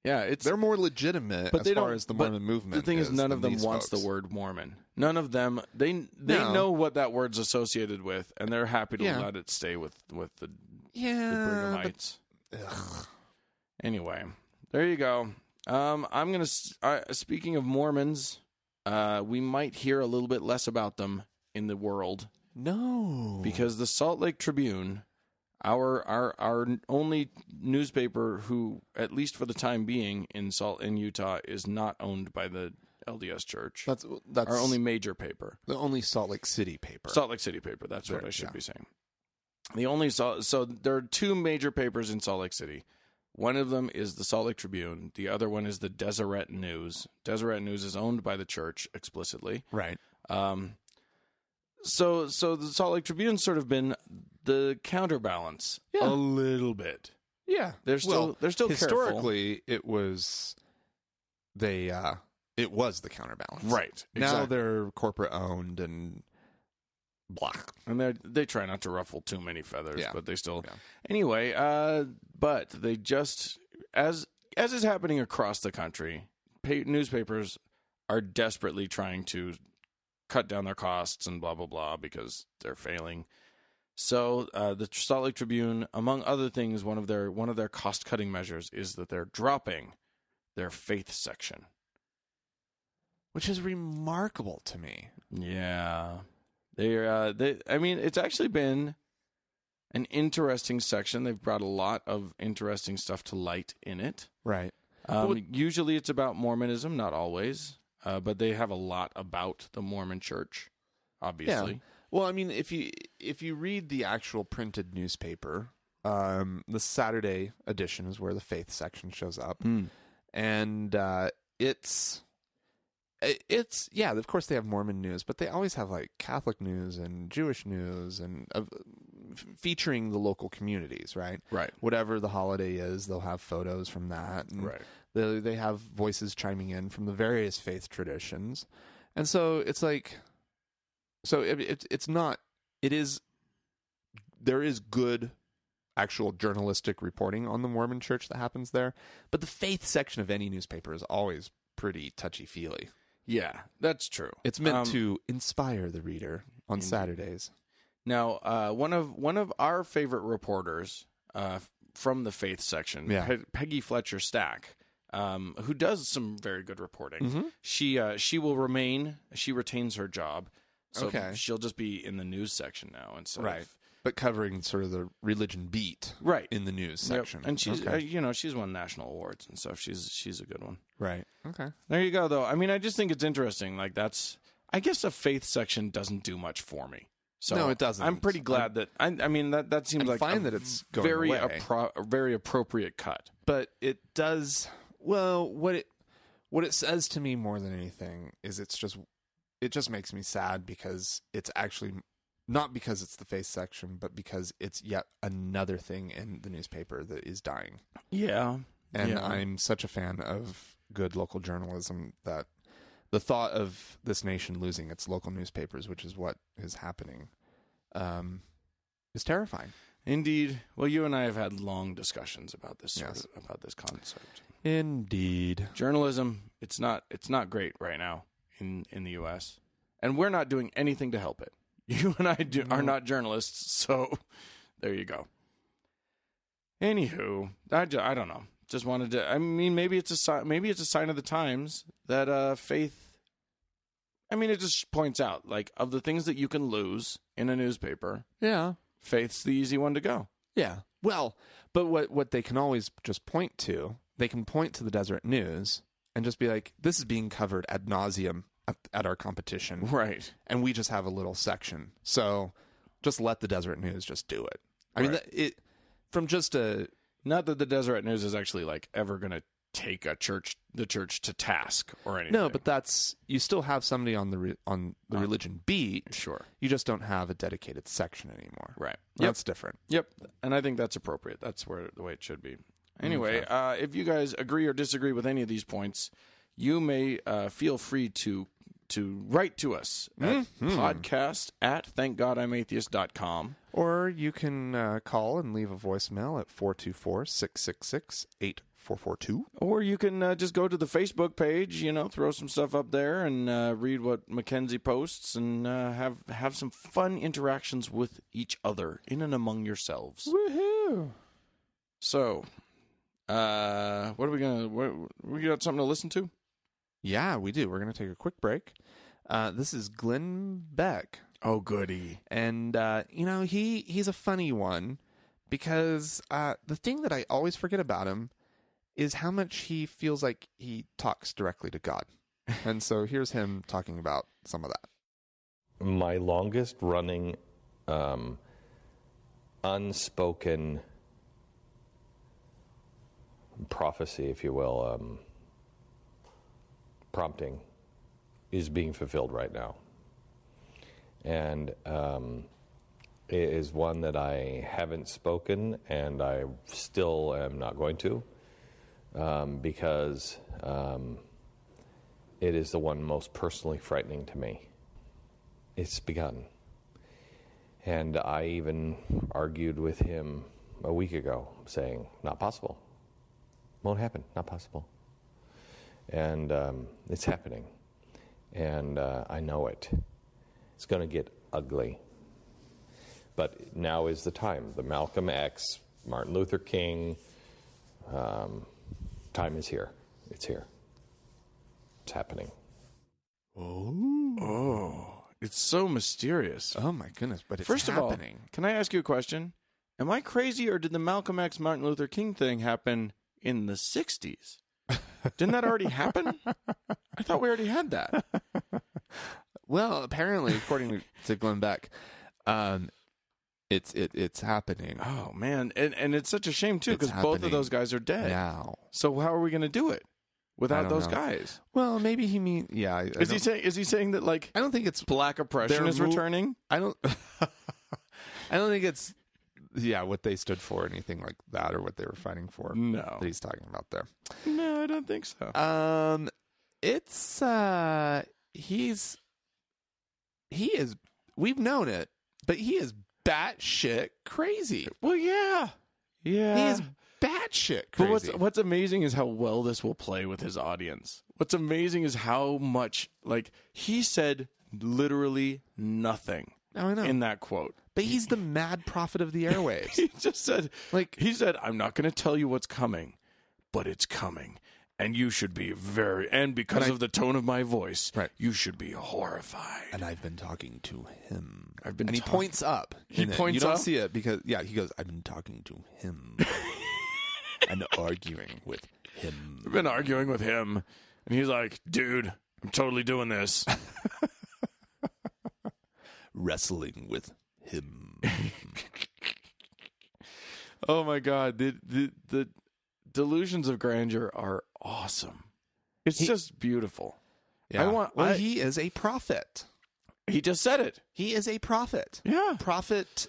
S2: yeah, it's
S1: they're more legitimate
S2: But
S1: as
S2: they
S1: far
S2: don't-
S1: as the
S2: but
S1: mormon movement
S2: the thing is none
S1: than
S2: of them
S1: these
S2: wants
S1: folks.
S2: the word Mormon. None of them they they
S1: No.
S2: know what that word's associated with and they're happy to
S1: Yeah.
S2: let it stay with with the, the
S1: yeah but-
S2: Brighamites.
S1: ugh.
S2: Anyway, there you go. Um I'm going to uh, speaking of Mormons, uh we might hear a little bit less about them in the world
S1: no
S2: because the Salt Lake Tribune, our our our only newspaper who at least for the time being in Salt in Utah is not owned by the LDS Church.
S1: that's that's
S2: our only major paper.
S1: the only salt lake city paper
S2: Salt Lake City paper, that's what
S1: Sure,
S2: I should
S1: yeah.
S2: be saying. The only Salt so there are two major papers in Salt Lake City. One of them is the Salt Lake Tribune. The other one is the Deseret News. Deseret News is owned by the church explicitly.
S1: right
S2: Um, so, so the Salt Lake Tribune's sort of been the counterbalance
S1: Yeah.
S2: a little bit.
S1: yeah
S2: They're still
S1: Well,
S2: they're still careful.
S1: historically it was they uh it was the counterbalance
S2: right?
S1: now
S2: exactly.
S1: they're corporate owned and blah
S2: and they they try not to ruffle too many feathers,
S1: Yeah.
S2: but they still
S1: Yeah.
S2: anyway. Uh, but they just as as is happening across the country, pa newspapers are desperately trying to cut down their costs and blah blah blah because they're failing. So uh, the Salt Lake Tribune, among other things, one of their one of their cost cutting measures is that they're dropping their faith section.
S1: which is remarkable to me
S2: Yeah. They uh they I mean it's actually been an interesting section. They've brought a lot of interesting stuff to light in it.
S1: right
S2: Um,
S1: Well-
S2: usually it's about Mormonism, not always. Uh, but they have a lot about the Mormon church, obviously.
S1: well i mean if you if you read the actual printed newspaper um the saturday edition is where the faith section shows up
S2: Hmm.
S1: and uh, it's it- it's yeah of course they have mormon news but they always have like catholic news and jewish news and uh, f- featuring the local communities right
S2: Right.
S1: whatever the holiday is they'll have photos from that and
S2: Right.
S1: they, they have voices chiming in from the various faith traditions and so it's like so it, it, it's not it is there is good actual journalistic reporting on the mormon church that happens there but the faith section of any newspaper is always pretty touchy feely
S2: Yeah, that's true.
S1: it's meant
S2: Um,
S1: to inspire the reader on
S2: Indeed.
S1: saturdays
S2: Now, uh, one of one of our favorite reporters uh, f- from the faith section,
S1: Yeah.
S2: Pe- Peggy Fletcher Stack, um, who does some very good reporting.
S1: Mhm.
S2: She uh, she will remain. She retains her job, so
S1: Okay.
S2: she'll just be in the news section now instead
S1: Right.
S2: of
S1: but covering sort of the religion beat
S2: Right.
S1: in the news
S2: Yep.
S1: section.
S2: And she's
S1: Okay.
S2: uh, you know she's won national awards and stuff. She's she's a good one.
S1: right. Okay.
S2: There you go though. I mean, I just think it's interesting. Like that's I guess the faith section doesn't do much for me. So
S1: No, it doesn't.
S2: I'm pretty glad that I, I mean that that seems
S1: I'm
S2: like
S1: fine
S2: a
S1: that it's going
S2: very
S1: away.
S2: appro- a very appropriate cut.
S1: but it does well what it what it says to me more than anything is it's just it just makes me sad because it's actually not because it's the face section but because it's yet another thing in the newspaper that is dying
S2: Yeah.
S1: and
S2: Yeah.
S1: i'm such a fan of good local journalism that the thought of this nation losing its local newspapers which is what is happening um is terrifying
S2: Indeed. Well, you and I have had long discussions about this sort
S1: Yes.
S2: of, about this concept.
S1: indeed
S2: Journalism, it's not it's not great right now in in the US. And we're not doing anything to help it. You and I do, are not journalists, so there you go. Anywho, I, ju- I don't know. Just wanted to I mean maybe it's a si- maybe it's a sign of the times that uh faith I mean it just points out like of the things that you can lose in a newspaper,
S1: yeah
S2: faith's the easy one to go.
S1: Yeah. Well, but what what they can always just point to, they can point to the Deseret News and just be like, "This is being covered ad nauseum at, at our competition,
S2: Right.
S1: and we just have a little section." So, just let the Deseret News just do it. I mean,
S2: Right.
S1: that, it from just a
S2: Not that the Deseret News is actually like ever going to take a church, the church to task or anything.
S1: no, but that's you still have somebody on the re, on the religion beat.
S2: sure,
S1: You just don't have a dedicated section anymore.
S2: right? Yep,
S1: That's different.
S2: yep. And I think that's appropriate. That's where the way it should be. Anyway, uh, if you guys agree or disagree with any of these points, you may uh, feel free to to write to us at podcast at thankgodimatheist.com.
S1: Or you can uh, call and leave a voicemail at 424-666-8442.
S2: Or you can uh, just go to the Facebook page, you know, throw some stuff up there and uh, read what Mackenzie posts and uh, have have some fun interactions with each other in and among yourselves.
S1: Woohoo!
S2: So, uh, what are we gonna? What, we got something to listen to?
S1: Yeah, we do. We're going to take a quick break. Uh, this is Glenn Beck,
S2: Oh, goody!
S1: and uh, you know he he's a funny one because uh, the thing that I always forget about him is how much he feels like he talks directly to God. and so here's him talking about some of that.
S3: my longest running um, unspoken prophecy, if you will, um, prompting is being fulfilled right now. And um, it is one that I haven't spoken and I still am not going to um, because um, it is the one most personally frightening to me it's begun. And I even argued with him a week ago, saying, not possible. Won't happen, not possible. And um, it's happening. And uh, I know it. It's going to get ugly. But now is the time. The Malcolm X, Martin Luther King um, time is here. It's here. It's happening.
S2: Oh, it's so mysterious.
S1: Oh my goodness! But it's
S2: Uh, First
S1: happening.
S2: of all, can I ask you a question? Am I crazy, or did the Malcolm X Martin Luther King thing happen in the '60s? Didn't that already happen? I thought we already had that.
S1: well, apparently, according to, to Glenn Beck, um, it's it, it's happening
S2: Oh man, and and it's such a shame too
S1: It's
S2: because both of
S1: happening
S2: those guys are dead.
S1: now.
S2: So how are we going to do it
S1: I
S2: without
S1: don't
S2: those
S1: know.
S2: guys?
S1: Well, maybe he mean yeah. I, I
S2: Is he
S1: don't-
S2: saying is he saying that like
S1: I don't think it's
S2: black oppression
S1: They're
S2: is
S1: mo-
S2: returning?
S1: I don't. I don't think it's yeah what they stood for or anything like that or what they were fighting for
S2: No,
S1: that he's talking about there.
S2: no, I don't think so.
S1: Um, it's uh, he's he is we've known it, but he is batshit crazy.
S2: well, yeah, yeah.
S1: He is batshit crazy.
S2: But what's what's amazing is how well this will play with his audience. What's amazing is how much like he said literally nothing
S1: oh, I know,
S2: in that quote.
S1: but he's the mad prophet of the airwaves.
S2: He just said
S1: Like-
S2: he said, I'm not gonna tell you what's coming, but it's coming. and you should be very and because
S1: And I-
S2: of the tone of my voice,
S1: Right.
S2: you should be horrified.
S1: And I've been talking to him.
S2: I've been
S1: and he
S2: talk-
S1: points up.
S2: He
S1: in it.
S2: points
S1: You don't
S2: up?
S1: see it because yeah, he goes. I've been talking to him and arguing with him.
S2: I've been arguing with him, and he's like, "Dude, I'm totally doing this."
S1: wrestling with him.
S2: oh my god, the, the the delusions of grandeur are awesome. It's just beautiful. I want.
S1: Well,
S2: I- he,
S1: he is a prophet.
S2: just said it.
S1: He is a prophet.
S2: Yeah.
S1: Prophet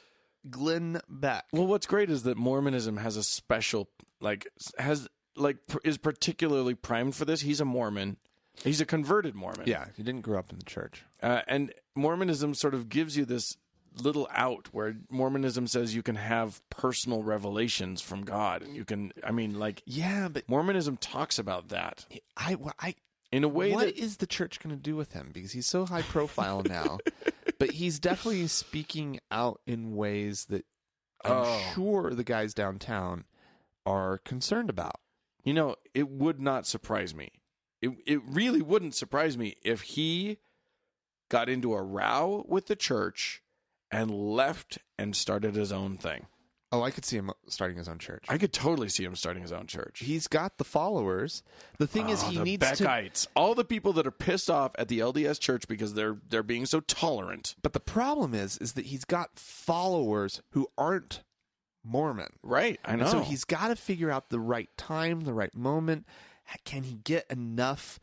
S1: Glenn Beck.
S2: Well, what's great is that Mormonism has a special like s- has like pr- is particularly primed for this. He's a Mormon. He's a converted Mormon.
S1: yeah, he didn't grow up in the church.
S2: Uh, and Mormonism sort of gives you this little out where Mormonism says you can have personal revelations from God, and you can. I mean, like
S1: Yeah, but
S2: Mormonism talks about that
S1: I, I
S2: in a way
S1: What is
S2: that
S1: the church going to do with him because he's so high profile now but he's definitely speaking out in ways that i'm
S2: Oh.
S1: sure the guys downtown are concerned about
S2: you know it would not surprise me. It it really wouldn't surprise me if he got into a row with the church and left and started his own thing.
S1: oh i could see him starting his own church
S2: I could totally see him starting his own church.
S1: he's got the followers the thing is
S2: Oh,
S1: he
S2: the
S1: needs to
S2: Beckites, all the people that are pissed off at the LDS Church because they're they're being so tolerant,
S1: but the problem is is that he's got followers who aren't mormon
S2: right? I know.
S1: And so he's got to figure out the right time, the right moment. Can he get enough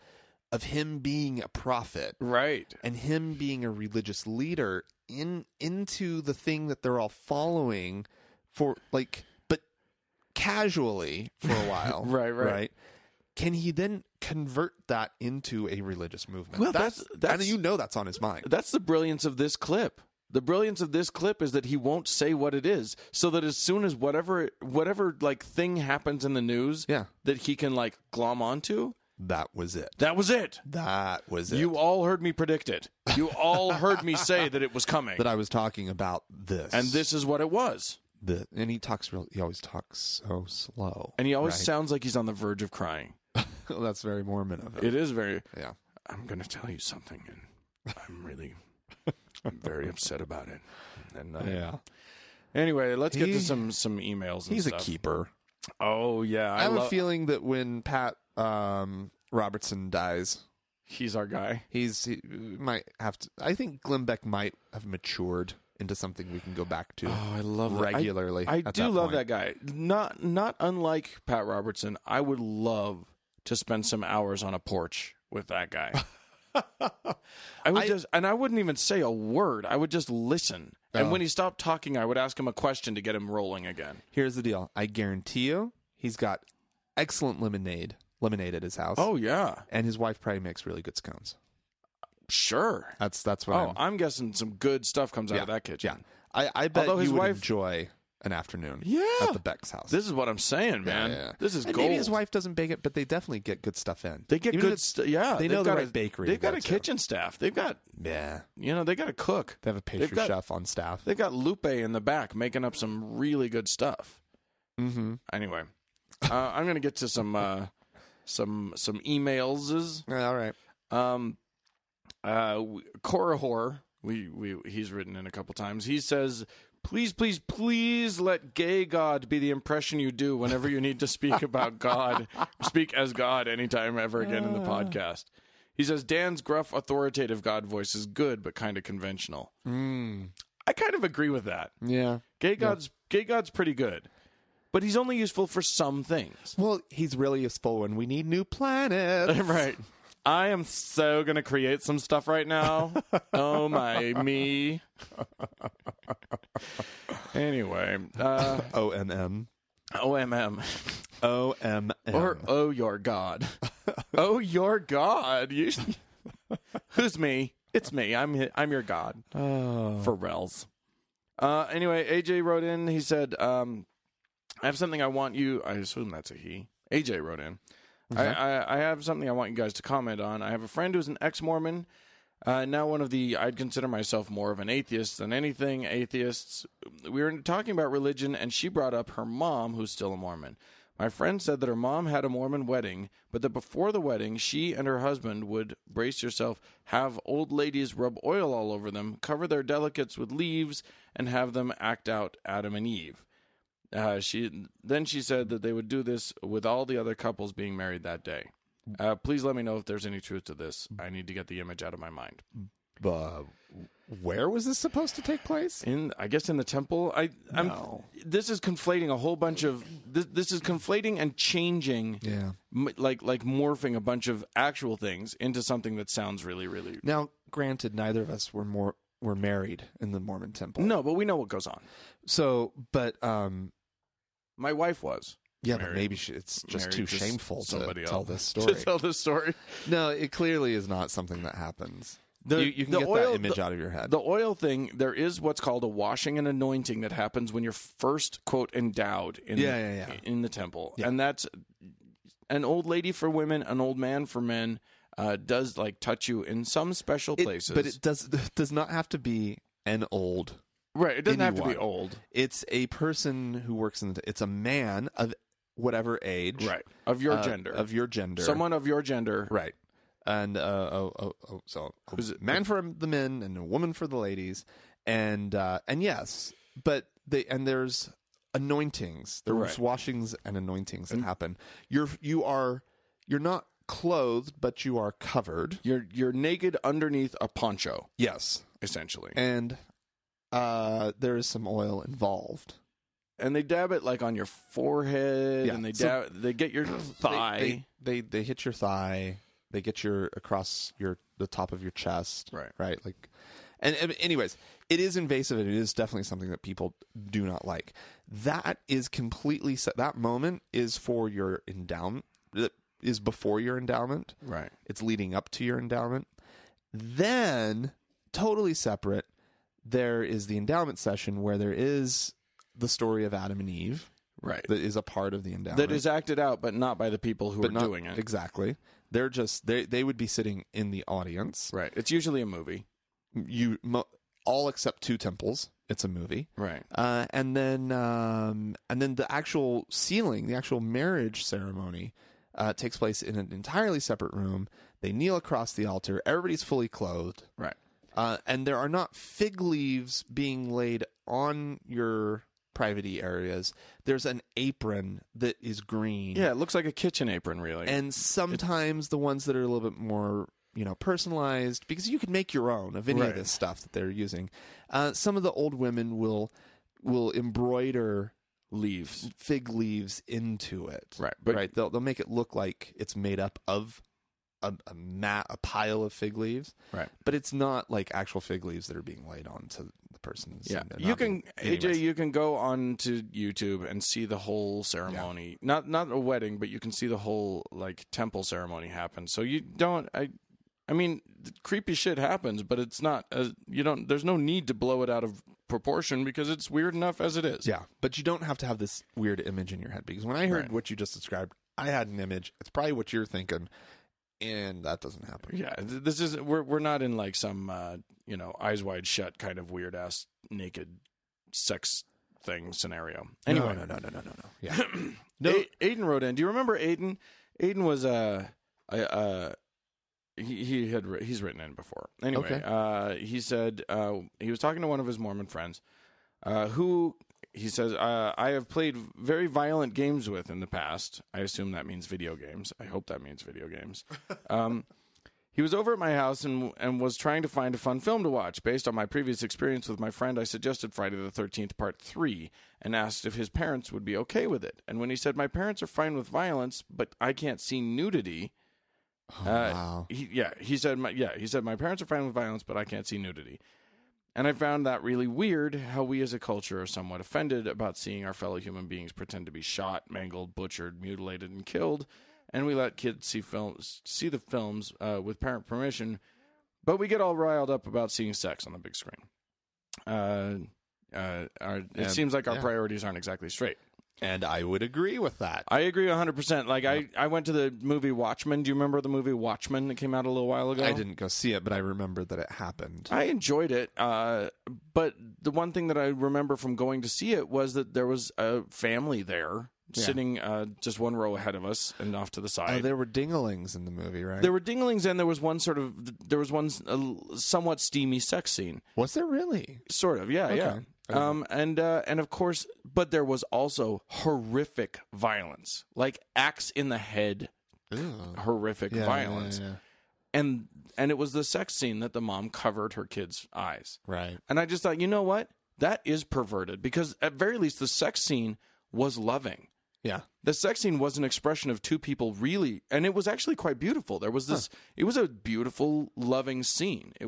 S1: of him being a prophet
S2: right.
S1: and him being a religious leader in into the thing that they're all following for like but casually for a while
S2: Right, right.
S1: can he then convert that into a religious movement
S2: Well, that's- that's-
S1: and you know that's on his mind
S2: That's the brilliance of this clip. The brilliance of this clip is that he won't say what it is, so that as soon as whatever whatever like thing happens in the news,
S1: Yeah.
S2: that he can like glom onto.
S1: that was it
S2: That was it.
S1: that was it
S2: You all heard me predict it. You all heard me say that it was coming,
S1: that i was talking about this
S2: and this is what it was.
S1: the and he talks real he always talks so slow
S2: And he always
S1: Right.
S2: sounds like he's on the verge of crying.
S1: that's very mormon of him
S2: It is very.
S1: yeah
S2: I'm going to tell you something, and I'm really I'm very upset about it. And uh, Anyway, let's get
S1: He-
S2: to some some emails. And
S1: he's a
S2: stuff.
S1: keeper
S2: Oh yeah,
S1: I,
S2: I,
S1: have
S2: love.
S1: a feeling that when Pat um, Robertson dies,
S2: he's our guy.
S1: he's he might have to. I think Glenn Beck might have matured into something we can go back to.
S2: Oh, I love
S1: that. I- Regularly
S2: I,
S1: at
S2: do
S1: that
S2: love that
S1: point.
S2: guy. Not not unlike Pat Robertson. I would love to spend some hours on a porch with that guy. I would
S1: I-
S2: just, and I wouldn't even say a word. I would just listen. And
S1: Oh.
S2: when he stopped talking, I would ask him a question to get him rolling again.
S1: Here's the deal: I guarantee you, he's got excellent lemonade, lemonade at his house.
S2: Oh yeah,
S1: and his wife probably makes really good scones.
S2: sure.
S1: That's that's what.
S2: Oh,
S1: I'm,
S2: I'm guessing some good stuff comes out of that
S1: yeah.
S2: kitchen.
S1: I, I bet
S2: Although his
S1: you would
S2: wife-
S1: enjoy an afternoon.
S2: Yeah.
S1: at the Beck's house.
S2: This is what I'm saying,
S1: Yeah,
S2: man.
S1: yeah, yeah.
S2: This is
S1: and
S2: gold.
S1: Maybe his wife doesn't bake it, but they definitely get good stuff in.
S2: They get
S1: Even if
S2: good.
S1: it's-
S2: St- yeah,
S1: they
S2: they've
S1: know the
S2: got
S1: right
S2: a,
S1: bakery
S2: They've
S1: to
S2: got
S1: go
S2: a
S1: to.
S2: kitchen staff. They've got
S1: Yeah,
S2: you know they got to cook.
S1: they have a pastry
S2: got-
S1: chef on staff.
S2: They've got Lupe in the back making up some really good stuff.
S1: Mm-hmm.
S2: Anyway, uh, I'm gonna get to some uh, some some emails.
S1: All right.
S2: Um, uh, w- Cora Hoare, we we he's written in a couple times. He says. Please, please, please let gay God be the impression you do whenever you need to speak about God, speak as God anytime ever again in the podcast. He says Dan's gruff, authoritative God voice is good, but kind of conventional. I kind of agree with that.
S1: Yeah.
S2: Gay God's Gay God's pretty good, but he's only useful for some things.
S1: Well, he's really useful when we need new planets.
S2: right. I am so gonna create some stuff right now. oh my me. anyway, uh, oh,
S1: O M M.
S2: OMM
S1: O M M.
S2: or Oh your God. oh your God. You, who's me? It's me. I'm I'm your God. Pharrell's. Uh, anyway, AJ wrote in. He said, um, "I have something I want you." I assume that's a he. AJ wrote in. I, I, I have something I want you guys to comment on. I have a friend who's an ex-Mormon, uh, now one of the I'd consider myself more of an atheist than anything atheists. We were talking about religion, and she brought up her mom, who's still a Mormon. My friend said that her mom had a Mormon wedding, but that before the wedding, she and her husband would brace yourself, have old ladies rub oil all over them, cover their delicates with leaves, and have them act out Adam and Eve. Uh, she then she said that they would do this with all the other couples being married that day. Uh, please let me know if there's any truth to this. I need to get the image out of my mind.
S1: Uh, where was this supposed to take place?
S2: In I guess in the temple. I I'm,
S1: No.
S2: This is conflating a whole bunch of this. This is conflating and changing.
S1: Yeah.
S2: m- like like morphing a bunch of actual things into something that sounds really really.
S1: Now, granted, neither of us were more were married in the Mormon temple.
S2: No, but we know what goes on.
S1: So, but um,
S2: My wife was
S1: yeah, but
S2: Married-
S1: maybe she, it's just
S2: married
S1: too
S2: to s-
S1: shameful to
S2: somebody
S1: tell
S2: else.
S1: this
S2: to
S1: story.
S2: tell the story.
S1: No, it clearly is not something that happens.
S2: The-
S1: you, you can
S2: the
S1: get
S2: oil-
S1: that image
S2: the-
S1: out of your head.
S2: The oil thing, there is what's called a washing and anointing that happens when you're first quote endowed in
S1: Yeah, yeah, yeah.
S2: in the temple,
S1: Yeah.
S2: and that's an old lady for women, an old man for men. Uh, does like touch you in some special
S1: It-
S2: places,
S1: but it does does not have to be an old.
S2: right? It doesn't have to be
S1: anyone.
S2: old,
S1: It's a person who works in. The, it's a man of whatever age,
S2: Of your
S1: uh,
S2: gender,
S1: of your gender,
S2: someone of your gender,
S1: right? And uh, oh, oh, oh, so a
S2: Who's it-
S1: man for the men and a woman for the ladies, and uh, and yes, but they and there's anointings. There's
S2: Right.
S1: washings and anointings that happen. You're you are you're not clothed, but you are covered.
S2: You're you're naked underneath a poncho,
S1: Yes,
S2: essentially. And,
S1: and uh, there is some oil involved.
S2: they dab it like on your forehead,
S1: Yeah,
S2: and they
S1: so-
S2: dab they get your thigh.
S1: They, they, they they hit your thigh. They get your across your the top of your chest.
S2: Right.
S1: Right. Like, and, and anyways, it is invasive and it is definitely something that people do not like. That is completely set. That moment is for your endowment. That is before your endowment.
S2: right.
S1: It's leading up to your endowment. Then, totally separate, there is the endowment session where there is the story of Adam and Eve
S2: Right.
S1: that is a part of the endowment
S2: that is acted out, but not by the people who are
S1: not-
S2: doing it.
S1: exactly. They're just they they would be sitting in the audience.
S2: right. It's usually a movie.
S1: You mo- all except two temples. It's a movie.
S2: Right.
S1: Uh, and then um, and then the actual sealing, the actual marriage ceremony, uh, takes place in an entirely separate room. They kneel across the altar. Everybody's fully clothed,
S2: Right.
S1: uh, and there are not fig leaves being laid on your privacy areas. There's an apron that is green
S2: Yeah. It looks like a kitchen apron, really.
S1: and sometimes the ones that are a little bit more you know personalized because you can make your own of any
S2: Right.
S1: of this stuff that they're using uh, some of the old women will will embroider
S2: leaves.
S1: fig leaves into it
S2: Right, but-
S1: right they'll, they'll make it look like it's made up of a, a mat a pile of fig leaves
S2: Right.
S1: but it's not like actual fig leaves that are being laid onto the person's
S2: Yeah,
S1: and they're
S2: you
S1: not
S2: can
S1: being-
S2: AJ.
S1: anyways.
S2: You can go on to YouTube and see the whole ceremony. Not not a wedding, but you can see the whole like temple ceremony happen. So you don't. I, I mean, th- creepy shit happens, but it's not. uh you don't. There's no need to blow it out of proportion because it's weird enough as it is.
S1: Yeah, but you don't have to have this weird image in your head because when I heard
S2: Right.
S1: what you just described, I had an image. It's probably what you're thinking, and that doesn't happen.
S2: yeah. th- This is we're we're not in like some uh, you know eyes wide shut kind of weird ass naked sex thing scenario. Anyway,
S1: no, no, no, no, no, no. Yeah, no.
S2: A- Aiden wrote in. Do you remember Aiden? Aiden was uh, I, uh, he he had wri- he's written in before. Anyway,
S1: Okay.
S2: uh, he said uh, he was talking to one of his Mormon friends, uh, who he says uh, I have played very violent games with in the past. I assume that means video games. I hope that means video games. Um, he was over at my house and and was trying to find a fun film to watch. Based on my previous experience with my friend, I suggested Friday the 13th part 3 and asked if his parents would be okay with it. And when he said my parents are fine with violence, but I can't see nudity, uh,
S1: Oh, wow.
S2: he, yeah, he said my, yeah, he said my parents are fine with violence, but I can't see nudity. And I found that really weird how we as a culture are somewhat offended about seeing our fellow human beings pretend to be shot, mangled, butchered, mutilated, and killed. And we let kids see films, see the films uh, with parent permission, but we get all riled up about seeing sex on the big screen. Uh, uh, our, it
S1: And-
S2: seems like our
S1: yeah.
S2: priorities aren't exactly straight.
S1: And I would agree with that.
S2: I agree 100%. Like, I, I went to the movie Watchmen. Do you remember the movie Watchmen that came out a little while ago?
S1: I didn't go see it, but I remember that it happened.
S2: I enjoyed it, uh, but the one thing that I remember from going to see it was that there was a family there sitting uh, just one row ahead of us and off to the side.
S1: Uh, there were dinglings in the movie, right?
S2: There were dinglings, and there was one sort of there was one s- a l- somewhat steamy sex scene,
S1: was there really?
S2: sort of. Yeah, yeah. Um, and uh, and of course, but there was also horrific violence, like axe in the head, horrific
S1: Yeah, yeah,
S2: violence,
S1: yeah.
S2: and and it was the sex scene that the mom covered her kid's eyes.
S1: Right.
S2: And I just thought, you know what? That is perverted because at very least the sex scene was loving.
S1: Yeah.
S2: The sex scene was an expression of two people really, and it was actually quite beautiful. There was this, it was a beautiful, loving scene. It,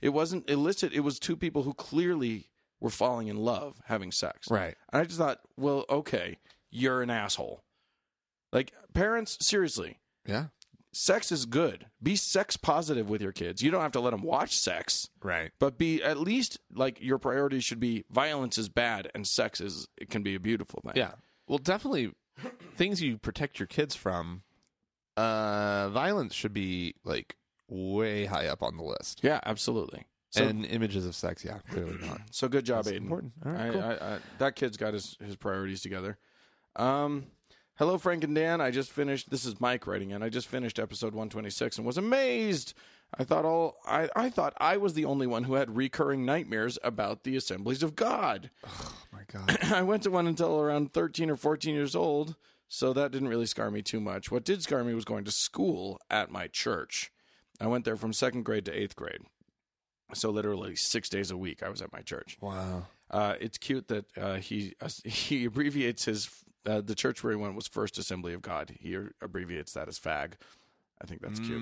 S2: it wasn't illicit. It was two people who clearly were falling in love, having sex.
S1: Right.
S2: And I just thought, well, okay, you're an asshole. Like, parents, seriously,
S1: Yeah.
S2: sex is good. Be sex positive with your kids. You don't have to let them watch sex
S1: Right.
S2: but be at least like your priority should be violence is bad and sex is it can be a beautiful thing.
S1: Yeah. Well, definitely things you protect your kids from. Uh, violence should be like way high up on the list.
S2: yeah, absolutely. So,
S1: and images of sex, yeah, clearly not.
S2: so good job, Aiden.
S1: important. All right,
S2: I,
S1: cool.
S2: I, I, that kid's got his his priorities together. Um, hello, Frank and Dan. I just finished. This is Mike writing in. I just finished episode one twenty six and was amazed. I thought all I, I thought I was the only one who had recurring nightmares about the assemblies of God.
S1: Oh my god.
S2: I went to one until around 13 or 14 years old, so that didn't really scar me too much. What did scar me was going to school at my church. I went there from second grade to eighth grade. So literally six days a week, I was at my church.
S1: Wow.
S2: Uh, it's cute that uh, he he abbreviates his uh, the church where he went was First Assembly of God. He abbreviates that as FAG. I think that's cute.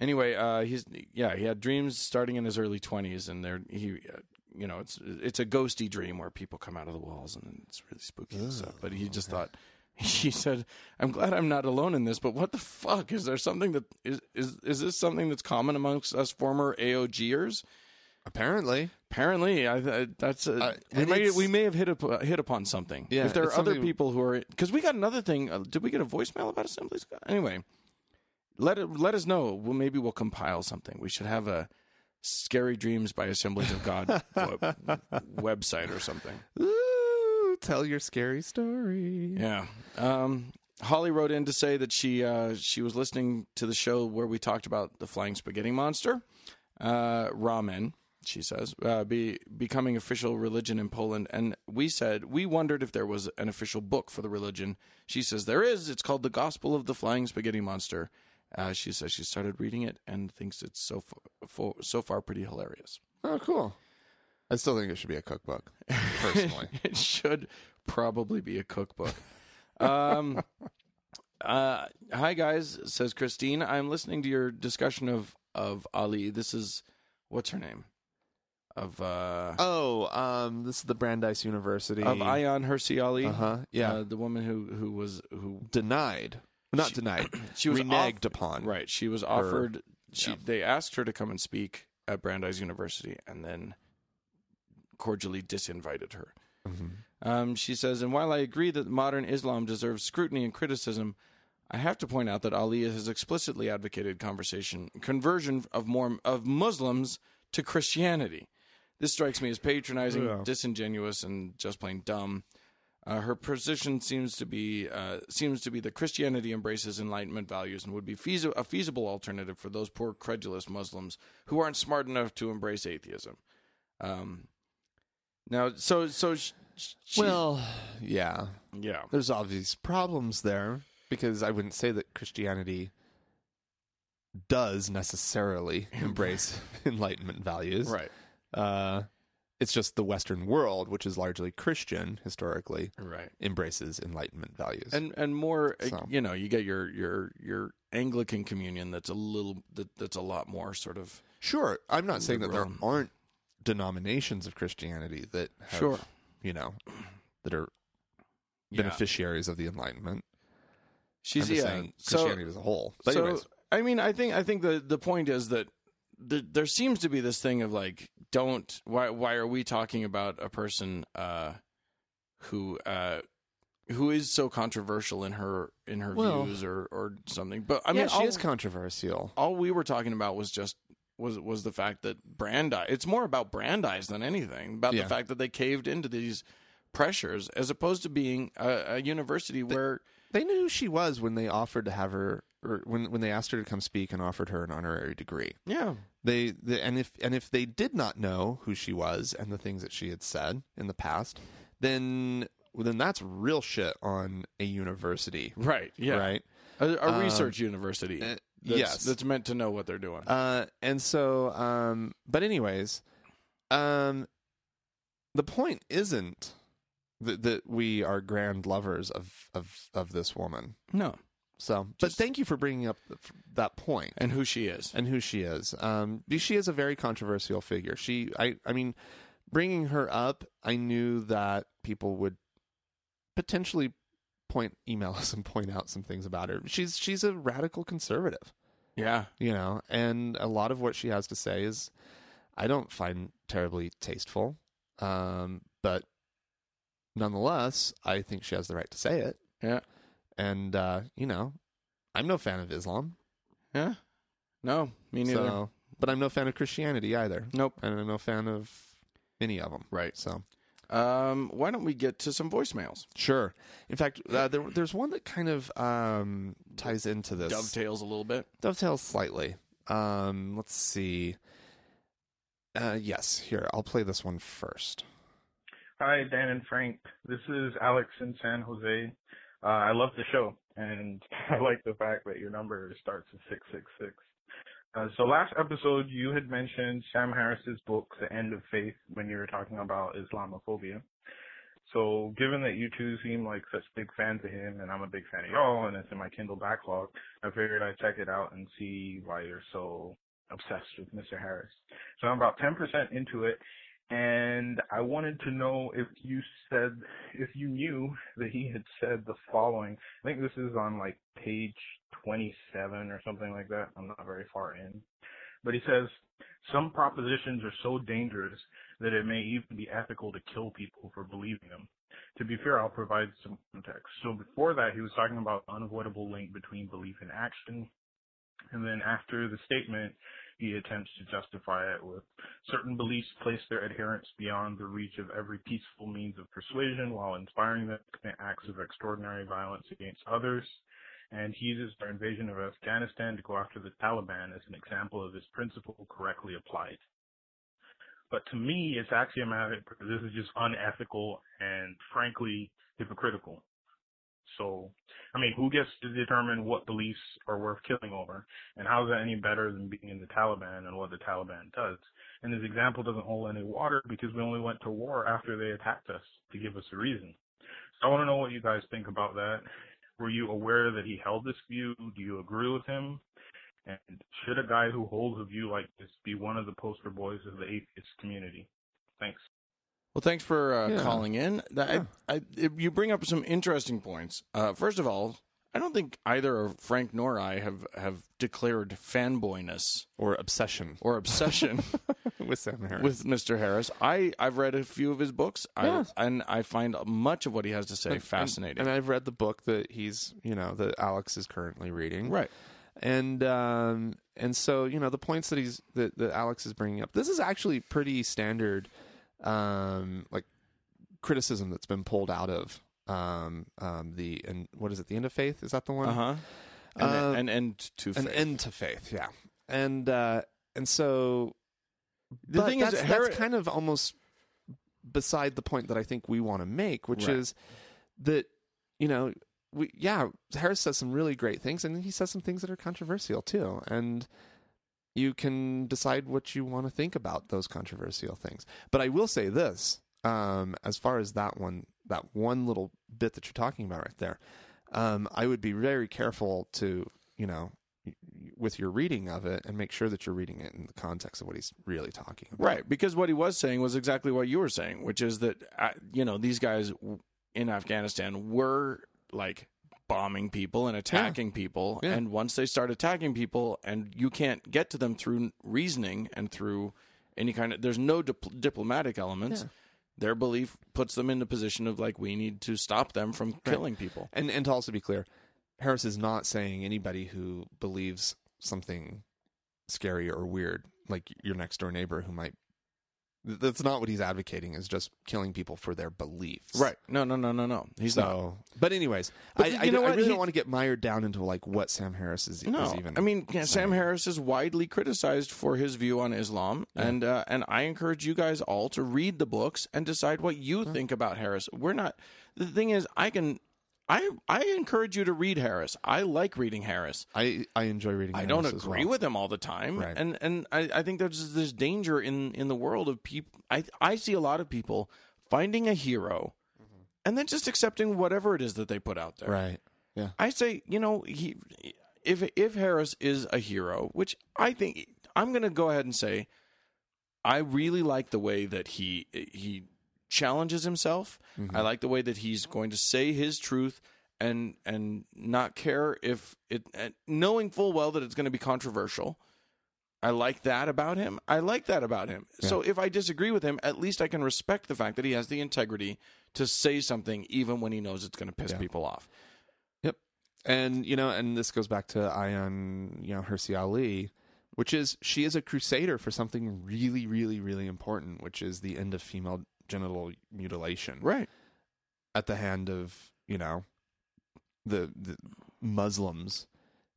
S2: Anyway, uh, he's yeah, he had dreams starting in his early twenties, and there he, uh, you know, it's it's a ghosty dream where people come out of the walls and it's really spooky and stuff. But he just thought. He said, "I'm glad I'm not alone in this, but what the fuck is there something that is is is this something that's common amongst us former AOGers?
S1: Apparently,
S2: Apparently, I, I, that's a,
S1: Uh,
S2: we
S1: and
S2: may
S1: it's-
S2: we may have hit up, hit upon something.
S1: Yeah,
S2: if there are
S1: it's
S2: other
S1: something-
S2: people who are because we got another thing. Uh, did we get a voicemail about assemblies? Anyway, let it, let us know. Well, maybe we'll compile something. We should have a scary dreams by assemblies of God web- website or something.
S1: Ooh, tell your scary story.
S2: Yeah. Um, Holly wrote in to say that she uh, she was listening to the show where we talked about the flying spaghetti monster, uh, ramen. She says uh, be becoming official religion in Poland, and we said we wondered if there was an official book for the religion. She says there is. It's called the Gospel of the Flying Spaghetti Monster. Uh, she says she started reading it and thinks it's so f- fo- so far pretty hilarious.
S1: Oh, cool. I still think it should be a cookbook, personally.
S2: it should probably be a cookbook. Um, uh, hi guys, says Christine. I'm listening to your discussion of of Ali. This is what's her name of uh,
S1: oh, um, this is the Brandeis University.
S2: of Ion Hersey Ali.
S1: Uh huh. Yeah.
S2: Uh, the woman who who was who
S1: denied. Not denied.
S2: she was
S1: reneged
S2: off-
S1: upon.
S2: Right, she was offered. she they asked her to come and speak at Brandeis University, and then cordially disinvited her. Um, she says, and while I agree that modern Islam deserves scrutiny and criticism, I have to point out that Ali has explicitly advocated conversation conversion of more of Muslims to Christianity. This strikes me as patronizing, disingenuous, and just plain dumb. Uh, her position seems to be uh, seems to be that Christianity embraces Enlightenment values and would be feasi- a feasible alternative for those poor credulous Muslims who aren't smart enough to embrace atheism. Um, now, so so sh- sh- she,
S1: Well, yeah.
S2: yeah,
S1: There's obvious problems there because I wouldn't say that Christianity does necessarily embrace Enlightenment values.
S2: right,
S1: Uh, it's just the Western world, which is largely Christian historically,
S2: right,
S1: embraces Enlightenment values.
S2: and and more, uh,
S1: So.
S2: you know, you get your your your Anglican communion that's a little that, that's a lot more sort of
S1: Sure, I'm not saying that there
S2: Liberal.
S1: aren't denominations of Christianity that have,
S2: Sure.
S1: you know, that are
S2: yeah.
S1: beneficiaries of the Enlightenment.
S2: She's
S1: I'm just
S2: yeah,
S1: saying
S2: so
S1: Christianity as a whole. But
S2: so
S1: anyways,
S2: I mean, I think I think the the point is that the, there seems to be this thing of like, don't why why are we talking about a person uh, who uh, who is so controversial in her in her
S1: Well-
S2: views or or something? But I
S1: I mean,
S2: mean,
S1: she
S2: all,
S1: is controversial.
S2: all we were talking about was just. Was was the fact that Brandeis? It's more about Brandeis than anything. About
S1: Yeah.
S2: the fact that they caved into these pressures as opposed to being a, a university where
S1: They knew who she was when they offered to have her, or when when they asked her to come speak and offered her an honorary degree.
S2: yeah
S1: They, they and if and if they did not know who she was and the things that she had said in the past, then then that's real shit on a university,
S2: right yeah
S1: right?
S2: a, a research university
S1: uh,
S2: that's,
S1: Um, yes.
S2: that's meant to know what they're doing
S1: Uh, and so, um, but anyways, um, the point isn't that, that we are grand lovers of, of, of this woman.
S2: no
S1: So, but thank you for bringing up th- that point
S2: and who she is
S1: and who she is. Um, be- she is a very controversial figure. She, I, I mean, bringing her up, I knew that people would potentially point email us and point out some things about her. She's she's a radical conservative
S2: yeah
S1: you know and a lot of what she has to say is i don't find terribly tasteful um, but nonetheless i think she has the right to say it
S2: yeah
S1: and uh, you know i'm no fan of islam
S2: yeah no me neither
S1: so but i'm no fan of christianity either
S2: nope
S1: and i'm no fan of any of them
S2: right
S1: so
S2: um why don't we get to some voicemails
S1: sure in fact uh, there, there's one that kind of um, ties into this
S2: dovetails a little bit
S1: dovetails slightly. Um, let's see. Uh, yes, here I'll play this one first.
S4: Hi, Dan and Frank. This is Alex in San Jose. Uh, I love the show, and I like the fact that your number starts at 666. Uh, so last episode, you had mentioned Sam Harris's book, The End of Faith, when you were talking about Islamophobia. So given that you two seem like such big fans of him, and I'm a big fan of y'all, and it's in my Kindle backlog, I figured I'd check it out and see why you're so obsessed with Mr. Harris. So I'm about 10% into it, and I wanted to know if you said if you knew that he had said the following. I think this is on like page 27 or something like that. I'm not very far in. But he says some propositions are so dangerous that it may even be ethical to kill people for believing them. To be fair, I'll provide some context. So before that, he was talking about unavoidable link between belief and action. And then after the statement, he attempts to justify it with certain beliefs place their adherents beyond the reach of every peaceful means of persuasion while inspiring them to commit acts of extraordinary violence against others. And he uses their invasion of Afghanistan to go after the Taliban as an example of this principle correctly applied. But to me, it's axiomatic because this is just unethical and frankly hypocritical. So, I mean, who gets to determine what beliefs are worth killing over? And how is that any better than being in the Taliban and what the Taliban does? And his example doesn't hold any water because we only went to war after they attacked us to give us a reason. So I want to know what you guys think about that. Were you aware that he held this view? Do you agree with him? And should a guy who holds a view like this be one of the poster boys of the atheist community? Thanks.
S2: Well, thanks for uh,
S1: Yeah.
S2: calling in. That, I, I, it- you bring up some interesting points. Uh, first of all, I don't think either Frank nor I have, have declared fanboyness
S1: Or obsession
S2: or obsession
S1: with Sam Harris.
S2: with Mr. Harris. I, I've read a few of his books,
S1: Yeah.
S2: I, and I find much of what he has to say
S1: And- and-
S2: fascinating.
S1: And, I've read the book that he's, you know, that Alex is currently reading.
S2: right.
S1: And um, and so you know the points that he's that, that Alex is bringing up. This is actually pretty standard, um, like criticism that's been pulled out of um, um, the and what is it? The end of faith is that the one?
S2: Uh huh. And
S1: Uh,
S2: an end to faith.
S1: an end to faith yeah and uh and so
S2: The
S1: but
S2: thing is
S1: that's,
S2: that Harri-
S1: that's kind of almost beside the point that i think we want to make which
S2: Right.
S1: is that you know we yeah harris says some really great things and he says some things that are controversial too and you can decide what you want to think about those controversial things but i will say this um as far as that one that one little bit that you're talking about right there um, I would be very careful to, you know, y- y- with your reading of it and make sure that you're reading it in the context of what he's really talking about.
S2: Right, because what he was saying was exactly what you were saying, which is that uh, you know these guys w- in Afghanistan were like bombing people and attacking people,
S1: Yeah.
S2: and once they start attacking people, and you can't get to them through reasoning and through any kind of there's no dip- diplomatic elements.
S1: Yeah.
S2: Their belief puts them in the position of like we need to stop them from killing people.
S1: And and to also be clear, Harris is not saying anybody who believes something scary or weird, like your next door neighbor who might Th- That's not what he's advocating. Is just killing people for their beliefs,
S2: Right. No, no, no, no, no. He's not.
S1: So, but anyways,
S2: But
S1: I,
S2: you
S1: I,
S2: know
S1: I
S2: what?
S1: really
S2: He-
S1: don't want to get mired down into like what Sam Harris is,
S2: No,
S1: is even.
S2: I mean yeah, Sam Harris is widely criticized for his view on Islam, and uh, and I encourage you guys all to read the books and decide what you think about Harris. We're not. The thing is, I can, I I encourage you to read Harris. I like reading Harris.
S1: I I enjoy reading.
S2: I don't agree with him all the time,
S1: Right.
S2: and and I, I think there's this danger in in the world of people. I I see a lot of people finding a hero,
S1: Mm-hmm.
S2: and then just accepting whatever it is that they put out there.
S1: right. Yeah,
S2: I say, you know, he if if Harris is a hero, which I think I'm going to go ahead and say, I really like the way that he he challenges himself. I like the way that he's going to say his truth and and not care if it and knowing full well that it's going to be controversial. I like that about him. I like that about him. So if I disagree with him, at least I can respect the fact that he has the integrity to say something even when he knows it's going to piss people off.
S1: Yep. And you know, and this goes back to Ayan, you know, Hersey Ali, which is she is a crusader for something really, really, really important, which is the end of female genital mutilation
S2: Right.
S1: at the hand of you know the, the Muslims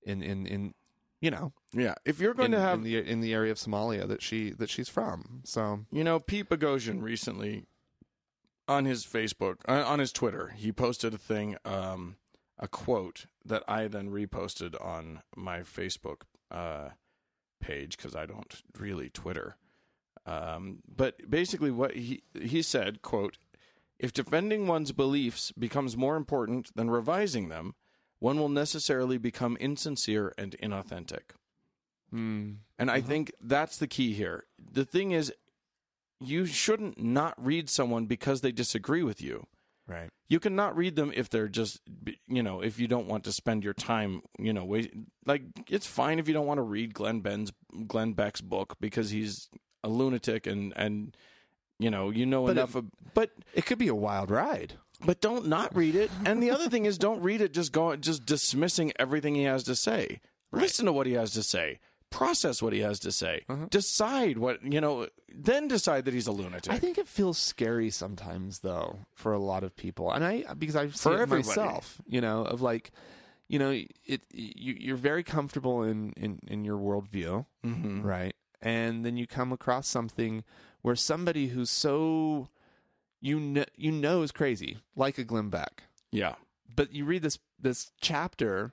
S1: in in in you know
S2: Yeah, if you're going to
S1: in,
S2: have,
S1: in the in the area of Somalia that she that she's from. So
S2: you know, Pete Boghossian recently on his Facebook, uh, on his Twitter, he posted a thing, um, a quote that I then reposted on my Facebook uh, page because I don't really Twitter. Um, but basically, what he he said, quote, if defending one's beliefs becomes more important than revising them, one will necessarily become insincere and inauthentic.
S1: hmm.
S2: And I think that's the key here. The thing is, you shouldn't not read someone because they disagree with you.
S1: right.
S2: You can not read them if they're just, you know, if you don't want to spend your time, you know, wait, like it's fine if you don't want to read Glenn Ben's Glenn Beck's book because he's a lunatic and and you know you know
S1: But it-
S2: enough. of, but
S1: Oh, It could be a wild ride.
S2: but don't not read it. And the other thing is, don't read it just going, just dismissing everything he has to say. Listen to what he has to say. Process what he has to say.
S1: Uh-huh.
S2: Decide what you know. Then decide that he's a lunatic.
S1: I think it feels scary sometimes, though, for a lot of people, and I because I've seen
S2: For
S1: it
S2: everybody.
S1: myself, you know, of like, you know, it you, you're very comfortable in in in your worldview,
S2: Mhm.
S1: right? And then you come across something where somebody who's so you know you know is crazy, like a Glenn Beck,
S2: Yeah,
S1: but you read this this chapter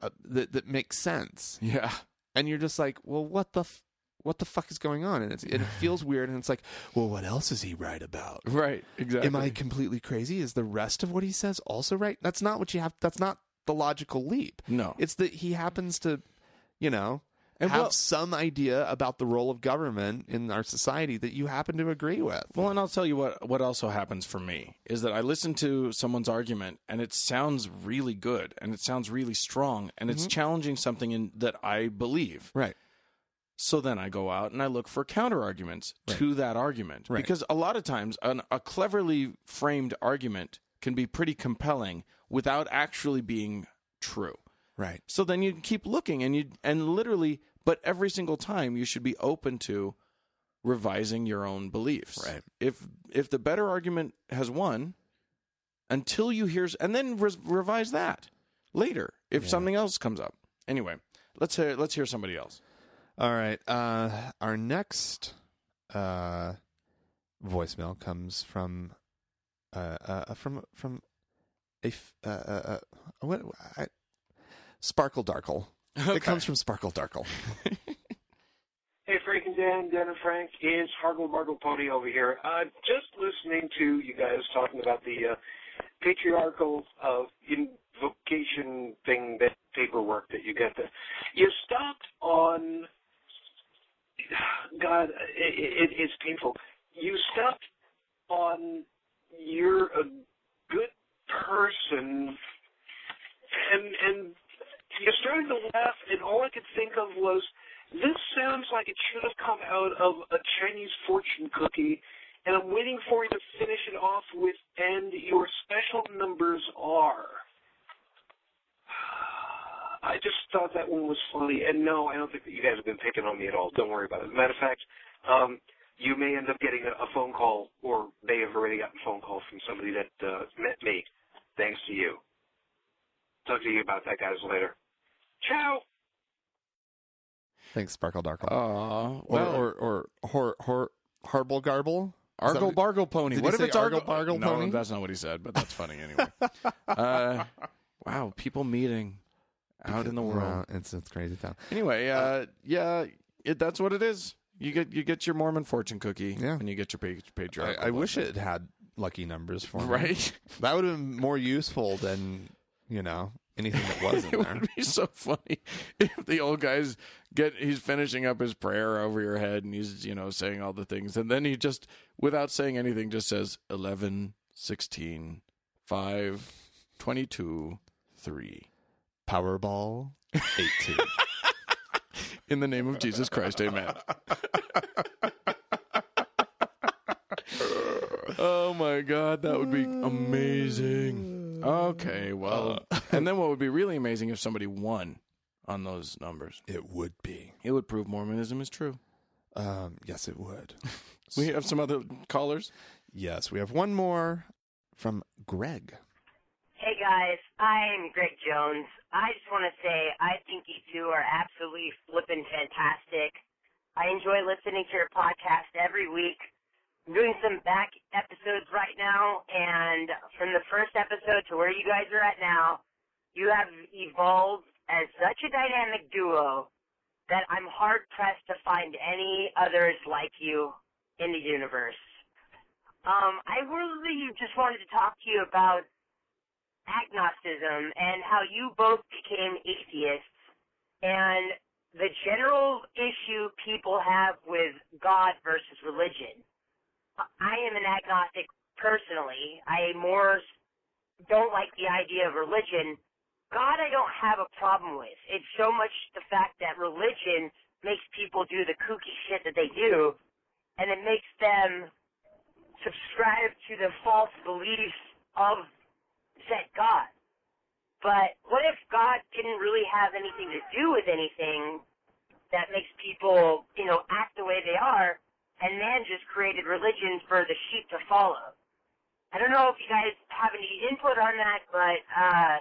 S1: uh, that that makes sense,
S2: yeah,
S1: and you're just like, well, what the. F- what the fuck is going on? And, it's, and it feels weird. And it's like, well, what else is he right about?
S2: right, exactly.
S1: Am I completely crazy? Is the rest of what he says also right? That's not what you have. That's not the logical leap.
S2: No.
S1: It's that he happens to, you know,
S2: And
S1: have
S2: well-
S1: some idea about the role of government in our society that you happen to agree with.
S2: Well, and I'll tell you what. What also happens for me is that I listen to someone's argument, and it sounds really good, and it sounds really strong, and
S1: Mm-hmm.
S2: it's challenging something in, that I believe.
S1: right.
S2: So then I go out and I look for counter arguments to that argument.
S1: Right.
S2: Because a lot of times, an, a cleverly framed argument can be pretty compelling without actually being true.
S1: Right.
S2: So then you keep looking and you, and literally, but every single time you should be open to revising your own beliefs.
S1: Right.
S2: If, if the better argument has won, until you hear, and then re- revise that later if something else comes up. Anyway, let's hear, let's hear somebody else.
S1: All right. Uh, our next uh, voicemail comes from uh, uh, from from a f- uh, uh, uh, what I, Sparkle Darkle. It comes from Sparkle Darkle.
S5: Hey, Frank and Dan, Dan and Frank, is Hargle Bargle Pony over here. Uh, just listening to you guys talking about the uh, patriarchal uh, invocation thing, that paperwork that you get. There. You stopped on, God, it, it, it's painful. You stopped on you're a good person and and you started to laugh and all I could think of was this sounds like it should have come out of a Chinese fortune cookie and I'm waiting for you to finish it off with and your special numbers are I just thought that one was funny and no, I don't think that you guys have been picking on me at all. Don't worry about it. Matter of fact, um you may end up getting a, a phone call, or they have already gotten a phone call from somebody that uh, met me, thanks to you. Talk to you about that, guys, later. Ciao.
S1: Thanks, Sparkle Darkle.
S2: Uh,
S1: or,
S2: well,
S1: or or hor hor harble garble. Is that
S2: Argo
S1: what-
S2: Bargo Pony.
S1: Did
S2: what
S1: he
S2: if
S1: say
S2: it's Argo
S1: Argo Bargo
S2: no,
S1: Pony?
S2: That's not what he said, but that's funny anyway. uh, wow, people meeting out in the world.
S1: Wow, it's it's crazy town.
S2: Anyway, uh, yeah, it, that's what it is. You get you get your Mormon fortune cookie,
S1: Yeah.
S2: and you get your pa-
S1: I,
S2: patriarchal.
S1: I wish
S2: blessing.
S1: it had lucky numbers for me.
S2: right.
S1: That would have been more useful than you know anything that wasn't
S2: It
S1: there.
S2: would be so funny if the old guy's get he's finishing up his prayer over your head and he's you know saying all the things and then he just without saying anything just says 11 16 5 22 3
S1: Powerball eighteen.
S2: in the name of Jesus Christ amen Oh my god, that would be amazing. Okay, well, and then what would be really amazing if somebody won on those numbers?
S1: it would be.
S2: It would prove Mormonism is true.
S1: Um, yes, it would.
S2: We have some other callers.
S1: Yes, we have one more from Greg.
S6: Hey guys, I'm Greg Jones. I just want to say I think you two are absolutely flippin' fantastic. I enjoy listening to your podcast every week. I'm doing some back episodes right now, and from the first episode to where you guys are at now, you have evolved as such a dynamic duo that I'm hard pressed to find any others like you in the universe. Um, I really just wanted to talk to you about agnosticism and how you both became atheists and the general issue people have with God versus religion. I am an agnostic personally. I more don't like the idea of religion. God, I don't have a problem with. It's so much the fact that religion makes people do the kooky shit that they do, and it makes them subscribe to the false beliefs of said God. But what if God didn't really have anything to do with anything that makes people, you know, act the way they are, and man just created religion for the sheep to follow? I don't know if you guys have any input on that, but uh,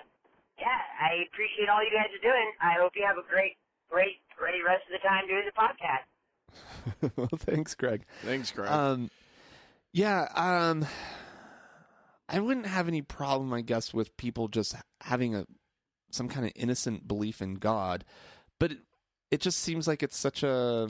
S6: yeah, I appreciate all you guys are doing. I hope you have a great, great, great rest of the time doing the podcast.
S1: well, thanks, Greg.
S2: Thanks, Greg.
S1: Um, yeah, um, I wouldn't have any problem, I guess, with people just having a some kind of innocent belief in God, but it, it just seems like it's such a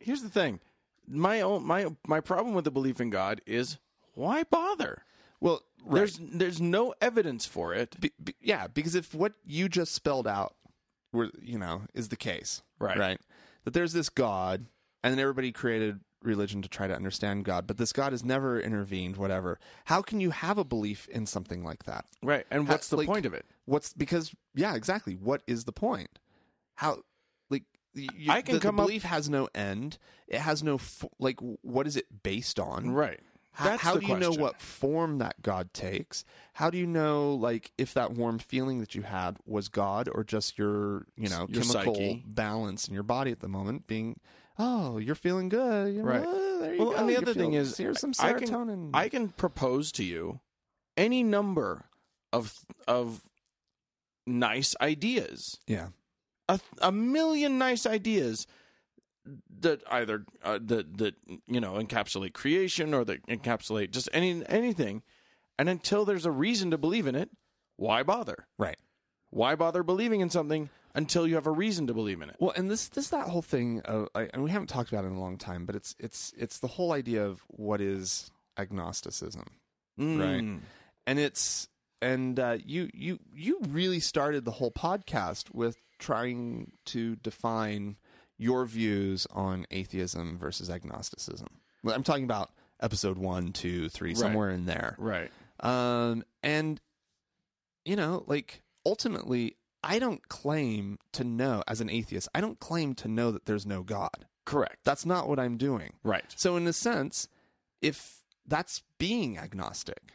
S2: Here's the thing. My own, my my problem with the belief in God is why bother?
S1: well, right.
S2: There's there's no evidence for it.
S1: be, be- yeah, because if what you just spelled out were you know is the case,
S2: Right.
S1: Right, that there's this God, and then everybody created religion to try to understand God, but this God has never intervened. Whatever, how can you have a belief in something like that?
S2: Right. And
S1: How-
S2: what's the
S1: like,
S2: point of it?
S1: What's because yeah, exactly. What is the point? How like y- you,
S2: I can
S1: the,
S2: come
S1: the
S2: up-
S1: belief has no end. It has no f- like what is it based on?
S2: Right.
S1: How,
S2: That's
S1: how
S2: the
S1: do you know
S2: question.
S1: what form that God takes? How do you know, like, if that warm feeling that you had was God or just your, you know,
S2: Your
S1: chemical
S2: psyche.
S1: balance in your body at the moment being, oh, you're feeling good, you know,
S2: Right.
S1: oh, there you
S2: Well,
S1: go.
S2: and the
S1: you
S2: other
S1: feel-
S2: thing is,
S1: here's some
S2: I can-
S1: serotonin.
S2: I can propose to you any number of of nice ideas.
S1: yeah,
S2: a, a million nice ideas that either uh, that that you know encapsulate creation or that encapsulate just any anything and until there's a reason to believe in it why bother
S1: right.
S2: why bother believing in something until you have a reason to believe in it
S1: Well, and this this that whole thing, of, I, and we haven't talked about it in a long time, but it's it's it's the whole idea of what is agnosticism,
S2: Mm.
S1: and it's and uh, you you you really started the whole podcast with trying to define your views on atheism versus agnosticism. Well, I'm talking about episode one, two, three, somewhere in there,
S2: right
S1: um, and you know, like ultimately, I don't claim to know as an atheist. I don't claim to know that there's no God.
S2: correct
S1: That's not what I'm doing.
S2: right
S1: So, in a sense, if that's being agnostic,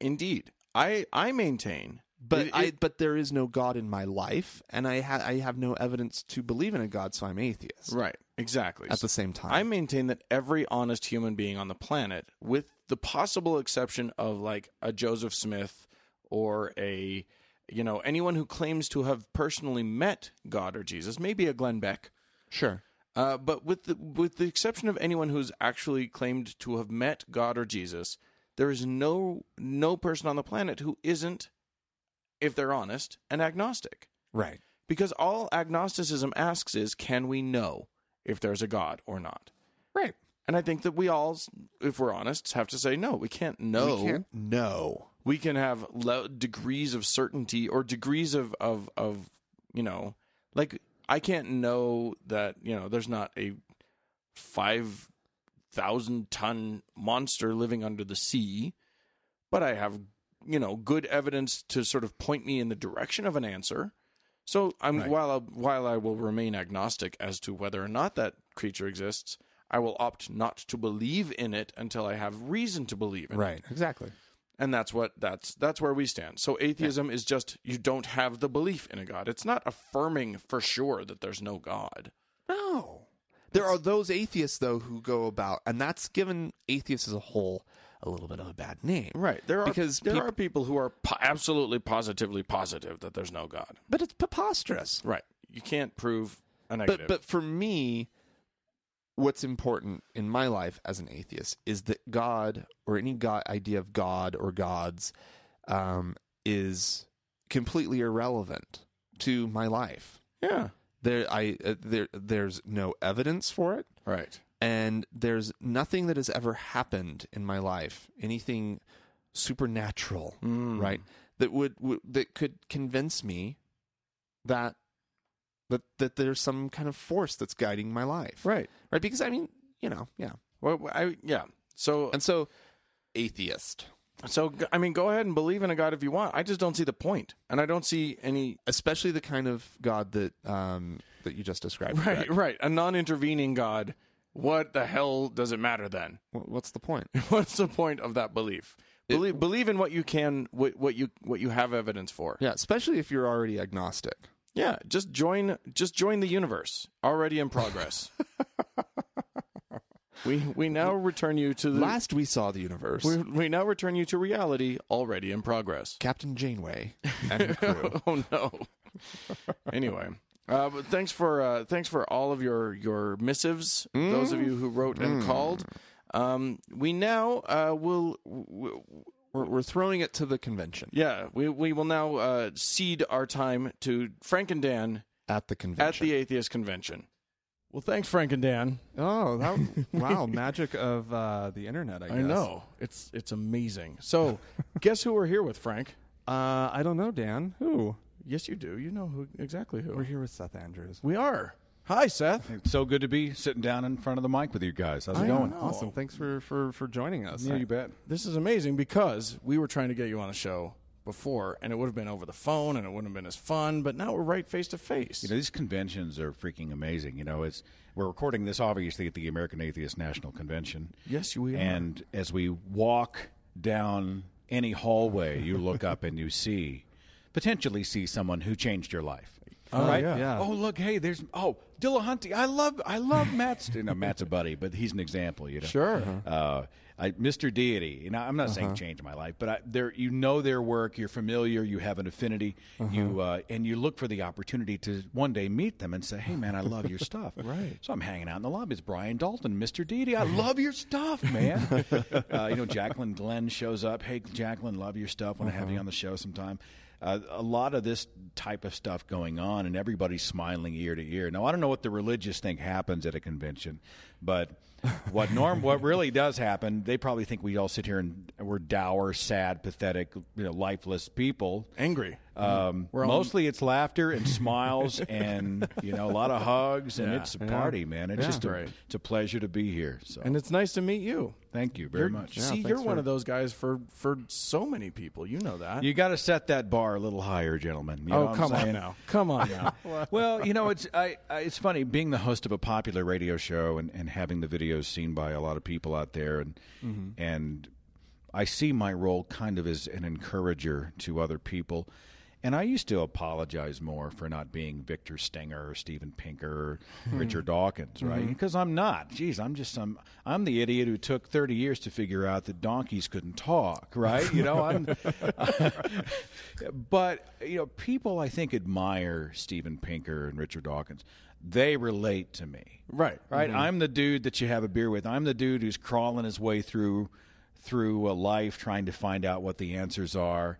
S2: indeed i i maintain
S1: but
S2: it-
S1: I
S2: it-
S1: but there is no God in my life, and I ha- I have no evidence to believe in a God, so I'm atheist.
S2: right Exactly.
S1: at the same time.
S2: I maintain that every honest human being on the planet, with the possible exception of like a Joseph Smith or a, you know, anyone who claims to have personally met God or Jesus, maybe a Glenn Beck,
S1: sure.
S2: uh, but with the with the exception of anyone who's actually claimed to have met God or Jesus, there is no no person on the planet who isn't, if they're honest, an agnostic.
S1: Right.
S2: Because all agnosticism asks is, can we know if there's a God or not?
S1: Right.
S2: And I think that we all, if we're honest, have to say no. We can't know.
S1: We can't know.
S2: We can have le- degrees of certainty or degrees of of of you know, like I can't know that you know there's not a five thousand ton monster living under the sea, but I have you know good evidence to sort of point me in the direction of an answer. So I'm
S1: Right.
S2: while I, while I will remain agnostic as to whether or not that creature exists, I will opt not to believe in it until I have reason to believe in it.
S1: Right. Exactly.
S2: And that's what that's that's where we stand. So atheism is just you don't have the belief in a god. It's not affirming for sure that there's no god.
S1: No. There are those atheists though who go about and that's given atheists as a whole a little bit of a bad name.
S2: Right. There are
S1: Because
S2: there
S1: peop-
S2: are people who are po- absolutely positively positive that there's no god.
S1: But it's preposterous.
S2: Right. You can't prove a negative.
S1: But but for me what's important in my life as an atheist is that God or any god idea of God or gods um, is completely irrelevant to my life.
S2: yeah.
S1: There I uh, there there's no evidence for it.
S2: Right.
S1: and there's nothing that has ever happened in my life, anything supernatural,
S2: Mm.
S1: right? That would, would that could convince me that that that there's some kind of force that's guiding my life,
S2: Right.
S1: Right? Because I mean, you know, yeah.
S2: Well, I yeah. So
S1: And so, atheist,
S2: So g- I mean, go ahead and believe in a god if you want. I just don't see the point, and I don't see any
S1: especially the kind of God that um that you just described,
S2: right,
S1: correct?
S2: right. A non-intervening god. What the hell does it matter then?
S1: Wh- What's the point?
S2: What's the point of that belief? Believe believe in what you can, what, what you what you have evidence for.
S1: Yeah, especially if you're already agnostic.
S2: Yeah, just join just join the universe already in progress. we we now return you to the
S1: Last we saw the universe,
S2: we, we now return you to reality already in progress.
S1: Captain Janeway and her crew.
S2: oh no. anyway, uh, but thanks for uh, thanks for all of your your missives. Those
S1: Mm.
S2: of you who wrote and called. Um, we now uh, will w- w-
S1: We're, we're throwing it to the convention.
S2: yeah we we will now uh, cede our time to Frank and Dan
S1: At the
S2: at
S1: convention.
S2: the atheist convention. Well, thanks Frank and Dan.
S7: Oh, that wow! Magic of uh, the internet. I, guess.
S2: I know it's it's amazing. So, guess who we're here with, Frank?
S7: Uh, I don't know, Dan. Who?
S2: Yes, you do. You know who exactly who
S7: We're here with Seth Andrews.
S2: we are. Hi, Seth.
S8: So good to be sitting down in front of the mic with you guys. How's it going?
S7: Awesome. Thanks for for for joining us.
S8: Yeah, you bet.
S2: this is amazing because we were trying to get you on a show before and it would have been over the phone and it wouldn't have been as fun but now we're right face to face
S8: You know, these conventions are freaking amazing. You know, it's we're recording this obviously at the American Atheist National Convention.
S2: Yes, we are.
S8: And as we walk down any hallway, you look up and you see potentially see someone who changed your life. All right.
S7: yeah. Yeah.
S8: Oh, look, hey, there's oh, Dillahunty. I love I love Matt's you know, Matt's a buddy, but he's an example, you know.
S2: sure
S8: uh, I, Mr. Deity. You know, I'm not saying change my life, but I, there you know their work. You're familiar. You have an affinity. You uh, and you look for the opportunity to one day meet them and say, "Hey, man, I love your stuff." right. So I'm hanging out in the lobby. It's Brian Dalton, Mr. Deity. I love your stuff, man. uh, you know, Jacqueline Glenn shows up. Hey, Jacqueline, love your stuff. Want to have you on the show sometime. Uh, a lot of this type of stuff going on, and everybody's smiling ear to ear. Now, I don't know what the religious thing happens at a convention, but what norm, what really does happen, they probably think we all sit here and we're dour, sad, pathetic, you know, lifeless people.
S2: angry
S8: Um, mostly it's laughter and smiles and you know a lot of hugs and it's a party, man. It's just a,
S2: Right.
S8: it's a pleasure to be here. So
S2: and it's nice to meet you
S8: thank you very
S2: You're-
S8: much.
S2: see you're one of those guys for for so many people you know that
S8: You got to set that bar a little higher, gentlemen. You know
S2: oh
S8: what I'm
S2: come on
S8: saying?
S2: now come on now
S8: well, you know, it's I, I, it's funny being the host of a popular radio show and, and having the videos seen by a lot of people out there, and and I see my role kind of as an encourager to other people, And I used to apologize more for not being Victor Stenger or Steven Pinker or Richard Dawkins, right? Because I'm not. Jeez, I'm just some. I'm the idiot who took 30 years to figure out that donkeys couldn't talk, right? You know, I'm. but you know, people I think admire Steven Pinker and Richard Dawkins. They relate to me,
S2: Right.
S8: right? I'm the dude that you have a beer with. I'm the dude who's crawling his way through through a life trying to find out what the answers are.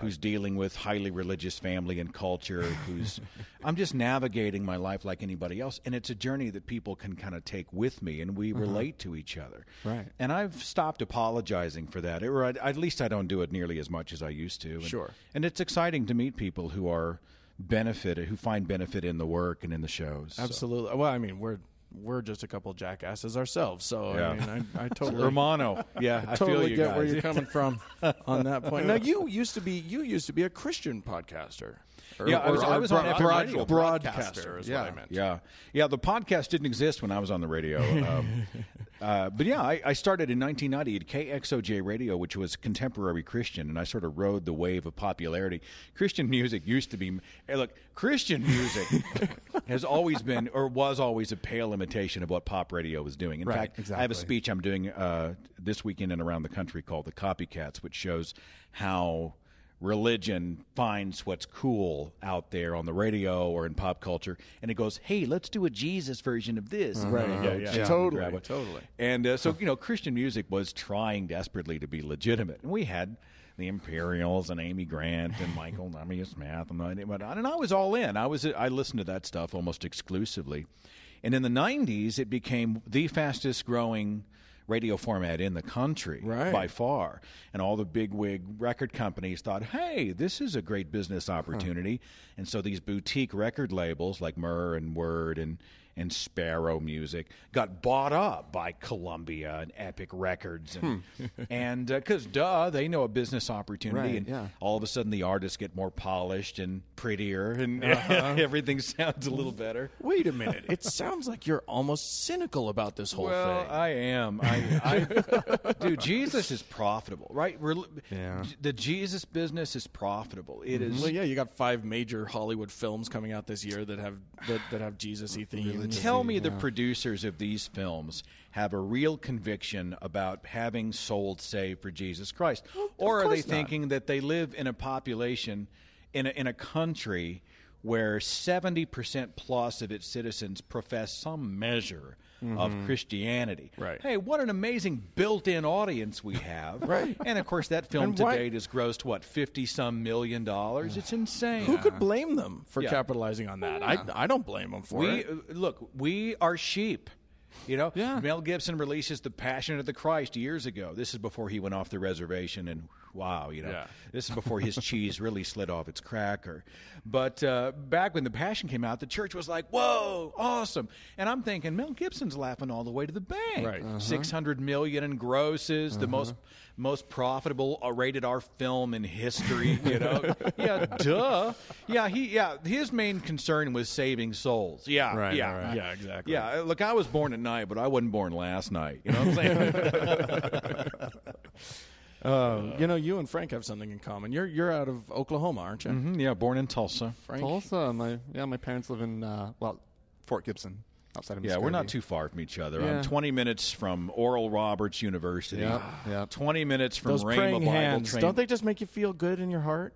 S8: who's dealing with highly religious family and culture? Who's I'm just navigating my life like anybody else, and it's a journey that people can kind of take with me, and we relate to each other.
S7: Right.
S8: And I've stopped apologizing for that, or at, at least I don't do it nearly as much as I used to. And,
S2: Sure.
S8: And it's exciting to meet people who are benefited, who find benefit in the work and in the shows. So-
S2: Absolutely. Well, I mean, we're we're just a couple jackasses ourselves, so
S8: Yeah.
S2: I mean, I, I totally
S8: Romano. Yeah, I
S2: totally
S8: feel you
S2: get
S8: guys.
S2: where you're coming from on that point. Now, you used to be you used to be a Christian podcaster. Or-
S8: Yeah, I was-
S2: or-
S8: I
S2: or
S8: was on
S2: broad-
S8: FM radio.
S2: broadcaster is what I meant.
S8: Yeah, yeah. The podcast didn't exist when I was on the radio, um, uh, but yeah, I, I started in 1990 at KXOJ Radio, which was contemporary Christian, and I sort of rode the wave of popularity. Christian music used to be, hey, look, Christian music has always been or was always a pale imitation of what pop radio was doing. In fact, I have a
S7: exactly.
S8: speech I'm doing uh, this weekend and around the country called "The Copycats," which shows how religion finds what's cool out there on the radio or in pop culture, and it goes, "Hey, let's do a Jesus version of this." Uh-huh. Right? Yeah,
S2: Totally, totally.
S8: And uh, so you know, Christian music was trying desperately to be legitimate, and we had. The Imperials and Amy Grant and Michael W. Smith and I- but- and I was all in. I was I listened to that stuff almost exclusively, and in the '90s it became the fastest growing radio format in the country
S2: Right.
S8: by far. And all the big wig record companies thought, hey, this is a great business opportunity. And so these boutique record labels like Murr and Word and and Sparrow Music got bought up by Columbia and Epic Records, and and because duh, they know a business opportunity,
S7: Hmm. Right,
S8: and
S7: yeah.
S8: all of a sudden the artists get more polished and prettier, and
S7: Uh-huh.
S8: everything sounds a little better.
S2: Wait a minute. It sounds like you're almost cynical about this whole
S8: well,
S2: thing.
S8: I am. I, I, dude, Jesus is profitable, right? Rel
S7: Yeah.
S8: The Jesus business is profitable. It is.
S2: well, yeah, you got five major Hollywood films coming out this year that have that, that have Jesus-y themes.
S8: Tell me the producers of these films have a real conviction about having souls saved for Jesus Christ. or are they thinking that they live in a population, in a, in a country where 70% plus of its citizens profess some measure of Christianity?
S2: Mm-hmm. Right.
S8: Hey, what an amazing built in audience we have. right. And of course, that film
S2: And
S8: to
S2: why-
S8: date has grossed, what, 50 some million dollars? It's insane.
S2: Who could blame them for
S8: Yeah.
S2: capitalizing on that? I I don't blame them for
S8: We
S2: it.
S8: uh, look, we are sheep. You know,
S7: Yeah.
S8: Mel Gibson releases The Passion of the Christ years ago. This is before he went off the reservation, and wow, you know,
S2: Yeah.
S8: this is before his cheese really slid off its cracker. But uh, back when The Passion came out, the church was like, "Whoa, awesome!" And I'm thinking Mel Gibson's laughing all the way to the bank.
S2: Right. Uh-huh.
S8: 600 million in grosses, the most most profitable uh, rated R film in history. You know, yeah, duh, yeah. He yeah, his main concern was saving souls. Yeah,
S7: Right,
S8: yeah,
S7: right, right.
S2: Yeah, exactly.
S8: Yeah, uh, look, I was born at night, but I wasn't born last night. You know what I'm saying?
S2: Uh, you know, you and Frank have something in common. You're you're out of Oklahoma, aren't you?
S8: Mhm, yeah, born in Tulsa.
S2: Frank.
S7: Tulsa, my yeah, my parents live in uh, well Fort Gibson, outside of
S8: Yeah, we're not
S7: Muskogee.
S8: too far from each other.
S7: Yeah.
S8: I'm 20 minutes from Oral Roberts University.
S7: Yep, yep.
S8: 20 minutes from
S2: Those
S8: Rhema
S2: praying
S8: Bible
S2: hands,
S8: Train.
S2: don't they just make you feel good in your heart?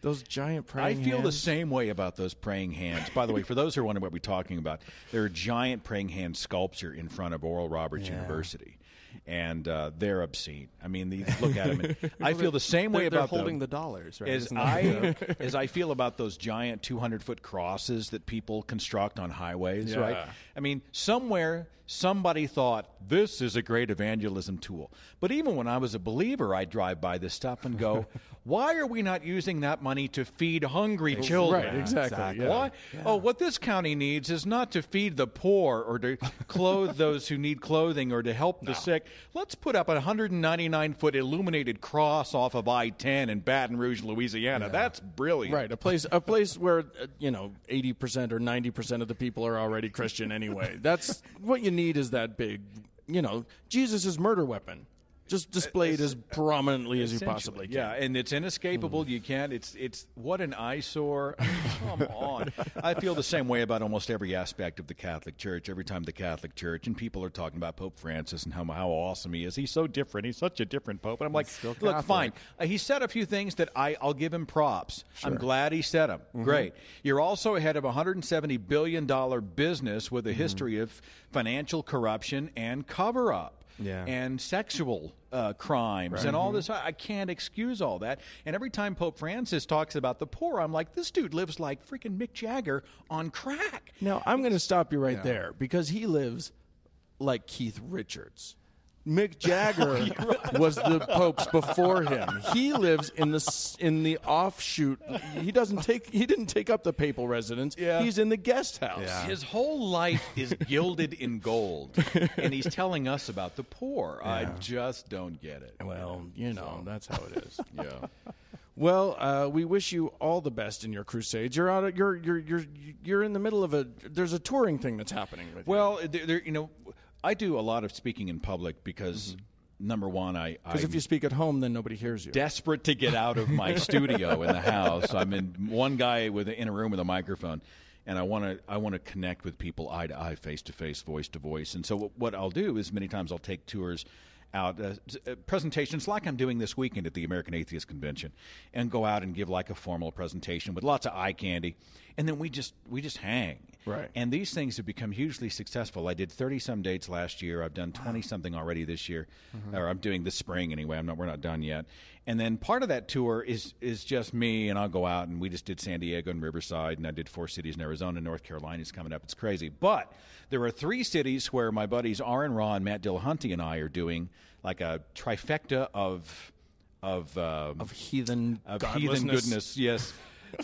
S2: Those giant
S8: I
S2: praying
S8: feel the
S2: hands.
S8: same way about those praying hands. By the way, for those who are wondering what we're talking about, there are giant praying hand sculpture in front of Oral Roberts University, and uh, they're obscene. I mean, these look at them. And I feel the same way
S7: They're, they're
S8: about
S7: holding
S8: them.
S7: the dollars, right?
S8: as
S7: Isn't that the
S8: I as I feel about those giant 200 foot crosses that people construct on highways, right? I mean, somewhere somebody thought this is a great evangelism tool. But even when I was a believer, I drive by this stuff and go, why are we not using that money to feed hungry children?
S2: Right, exactly.
S7: Exactly.
S2: yeah.
S8: Why? Oh, what this county needs is not to feed the poor or to clothe those who need clothing or to help the sick. Let's put up a 199 foot illuminated cross off of I 10 in Baton Rouge, Louisiana. That's brilliant.
S2: Right, a place a place where uh, you know eighty percent or ninety percent of the people are already Christian anyway. That's what you need is that big, you know, Jesus' murder weapon. just displayed as prominently as you
S8: Essentially,
S2: possibly can.
S8: Yeah, and it's inescapable. You can't. It's it's what an eyesore. I mean, Come on. I feel the same way about almost every aspect of the Catholic Church. Every time the Catholic Church and people are talking about Pope Francis and how how awesome he is. He's so different. He's such a different pope. And I'm like, look, fine. Uh, he said a few things that I I'll give him props. I'm glad he said them.
S2: Mm-hmm.
S8: Great. You're also ahead of a 170 billion dollar business with a
S2: Mm-hmm.
S8: history of financial corruption and cover up
S1: Yeah.
S8: and sexual uh, crimes and all this. I, I can't excuse all that. And every time Pope Francis talks about the poor, I'm like, this dude lives like freaking Mick Jagger on crack.
S2: Now I'm going to stop you right there because he lives like Keith Richards. Mick Jagger was the Pope's before him. He lives in the s- in the offshoot. He doesn't take he didn't take up the papal residence. He's in the guest house.
S8: His whole life is gilded in gold, and he's telling us about the poor. I just don't get it.
S2: Well, you know that's how it is.
S8: Yeah.
S2: Well, uh, we wish you all the best in your crusades. You're out. Of, you're you're you're you're in the middle of a. There's a touring thing that's happening. With you.
S8: Well, there, there, you know, I do a lot of speaking in public because number one, I
S2: because
S8: I'm-
S2: if you speak at home, then nobody hears you.
S8: desperate to get out of my studio in the house. I'm in one guy with in a room with a microphone, and I want to I want to connect with people eye to eye, face to face, voice to voice. And so what, what I'll do is many times I'll take tours out uh, s- uh, presentations like I'm doing this weekend at the American Atheist Convention and go out and give like a formal presentation with lots of eye candy and then we just we just hang
S2: Right.
S8: and these things have become hugely successful. I did 30 some dates last year. I've done 20 something already this year, or I'm doing this spring anyway. I'm not, we're not done yet. And then part of that tour is is just me, and I'll go out and we just did San Diego and Riverside, and I did four cities in Arizona, North Carolina is coming up. It's crazy. But there are three cities where my buddies Aaron Raw and Matt Dillahunty and I are doing like a trifecta of of um,
S2: of heathen
S8: of heathen
S2: godlessness.
S8: goodness. Yes.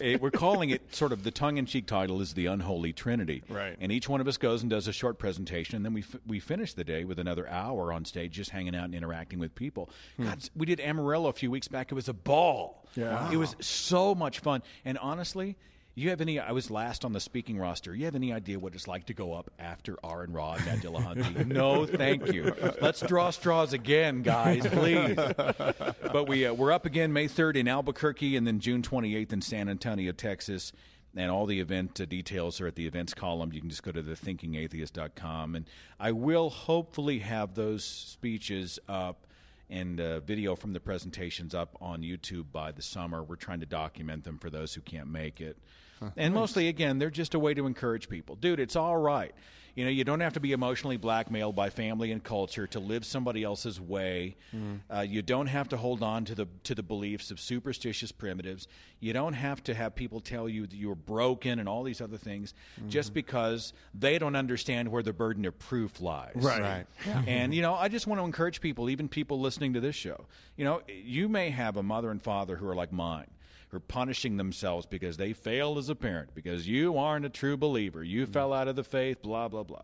S8: Eh, we're calling it sort of the tongue-in-cheek title is the unholy trinity
S2: Right.
S8: and each one of us goes and does a short presentation and then we, f- we finish the day with another hour on stage just hanging out and interacting with people
S2: Hmm.
S8: God, s- we did amarillo a few weeks back it was a ball
S2: Yeah.
S8: it was so much fun and honestly you have any? I was last on the speaking roster. You have any idea what it's like to go up after R and Raw and Matt Dillahunty? no, thank you. Let's draw straws again, guys, please but we uh, we're up again May 3rd in Albuquerque and then June 28th in San Antonio, Texas. And all the event uh, details are at the events column. You can just go to thethinkingatheist.com. And I will hopefully have those speeches up and uh, video from the presentations up on YouTube by the summer. We're trying to document them for those who can't make it. and mostly, again, they're just a way to encourage people. Dude, it's all right. You know, you don't have to be emotionally blackmailed by family and culture to live somebody else's way.
S1: Mm-hmm.
S8: Uh, you don't have to hold on to the to the beliefs of superstitious primitives. You don't have to have people tell you that you're broken and all these other things
S1: Mm-hmm.
S8: just because they don't understand where the burden of proof lies.
S1: Right.
S8: And you know, I just want to encourage people, even people listening to this show. You know, you may have a mother and father who are like mine, who are punishing themselves because they failed as a parent, because you aren't a true believer, you
S2: Mm-hmm.
S8: fell out of the faith, blah blah blah.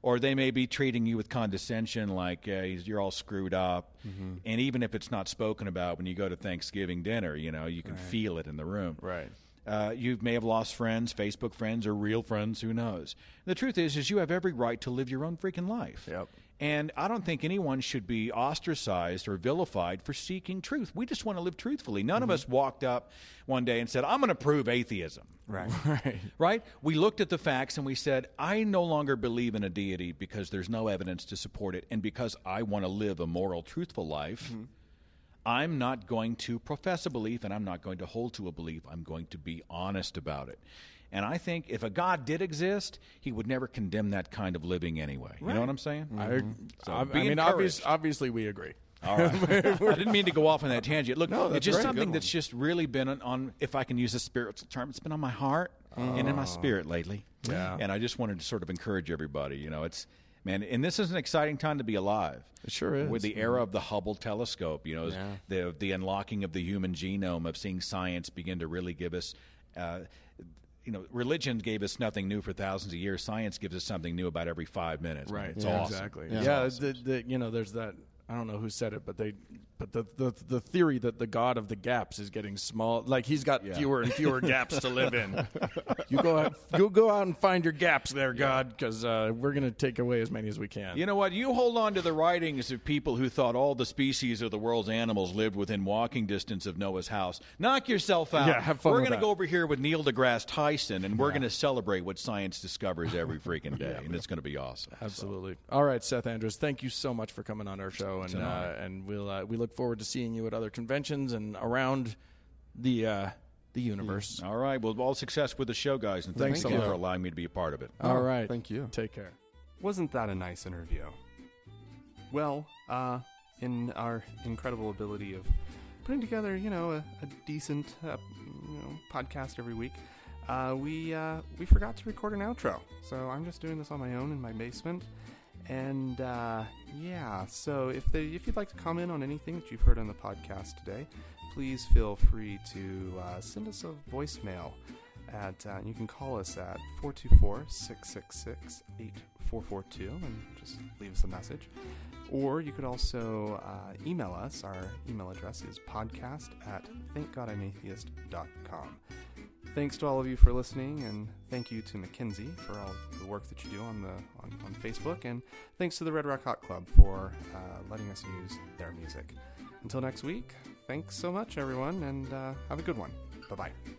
S8: Or they may be treating you with condescension, like uh, you're all screwed up.
S2: Mm-hmm.
S8: And even if it's not spoken about when you go to Thanksgiving dinner, you know, you can feel it in the room.
S2: Right.
S8: Uh, you may have lost friends, Facebook friends, or real friends. Who knows? The truth is, is you have every right to live your own freaking life.
S2: Yep.
S8: And I don't think anyone should be ostracized or vilified for seeking truth. We just want to live truthfully. None of us walked up one day and said, "I'm going to prove atheism."
S7: Right.
S2: Right.
S8: Right? We looked at the facts and we said, "I no longer believe in a deity because there's no evidence to support it, and because I want to live a moral, truthful life." I'm not going to profess a belief and I'm not going to hold to a belief. I'm going to be honest about it. And I think if a God did exist, he would never condemn that kind of living anyway. You know what I'm saying?
S2: I, I, I
S8: be
S2: mean, obvious,
S8: encouraged.
S2: obviously, we agree.
S8: All right. I didn't mean to go off on that tangent. Look,
S2: No, that's
S8: it's just
S2: great. Good
S8: something
S2: one.
S8: that's just really been on, on, if I can use a spiritual term, it's been on my heart and in
S2: Oh.
S8: my spirit lately. Yeah. And I just wanted to sort of encourage everybody. You know, it's, man, and this is an exciting time to be alive.
S2: It sure is. Mm-hmm.
S8: With the era of the Hubble telescope, you know, the, the unlocking of the human genome, of seeing science begin to really give us. Uh, you know, religion gave us nothing new for thousands of years. Science gives us something new about every five minutes. man.
S2: Right.
S8: It's
S2: yeah,
S8: awesome.
S2: Exactly. Yeah. the, the, you know, there's that I don't know who said it, but they, but the, the the theory that the god of the gaps is getting small, like he's got fewer and fewer gaps to live in. You go out, you go out and find your gaps there, God, because uh, we're gonna take away as many as we can.
S8: You know what? You hold on to the writings of people who thought all the species of the world's animals lived within walking distance of Noah's house. Knock yourself out.
S2: Yeah, have fun
S8: We're
S2: with
S8: gonna
S2: that.
S8: go over here with Neil deGrasse Tyson, and we're going to celebrate what science discovers every freaking day, and it's going to be awesome.
S2: Absolutely. All right, Seth Andrews, thank you so much for coming on our show, and uh, and we'll uh, we look forward to seeing you at other conventions and around the uh, the universe.
S8: All right. Well, all success with the show, guys, and thanks
S2: Thank
S8: a
S2: you.
S8: lot for allowing me to be a part of it.
S7: Oh,
S2: All Oh, right.
S9: Thank you.
S2: Take care.
S1: Wasn't that a nice interview? Well, uh, in our incredible ability of putting together, you know, a, a decent, uh, you know, podcast every week, uh, we uh, we forgot to record an outro. So I'm just doing this on my own in my basement, and uh, yeah. So if the, if you'd like to comment on anything that you've heard on the podcast today, please feel free to uh, send us a voicemail at uh, you can call us at 424-666-8442 and just leave us a message or you could also uh, email us our email address is podcast at thankgodimatheist.com thanks to all of you for listening and thank you to mckinsey for all the work that you do on the on, on facebook and thanks to the red rock hot club for uh, letting us use their music until next week thanks so much everyone and uh, have a good one bye bye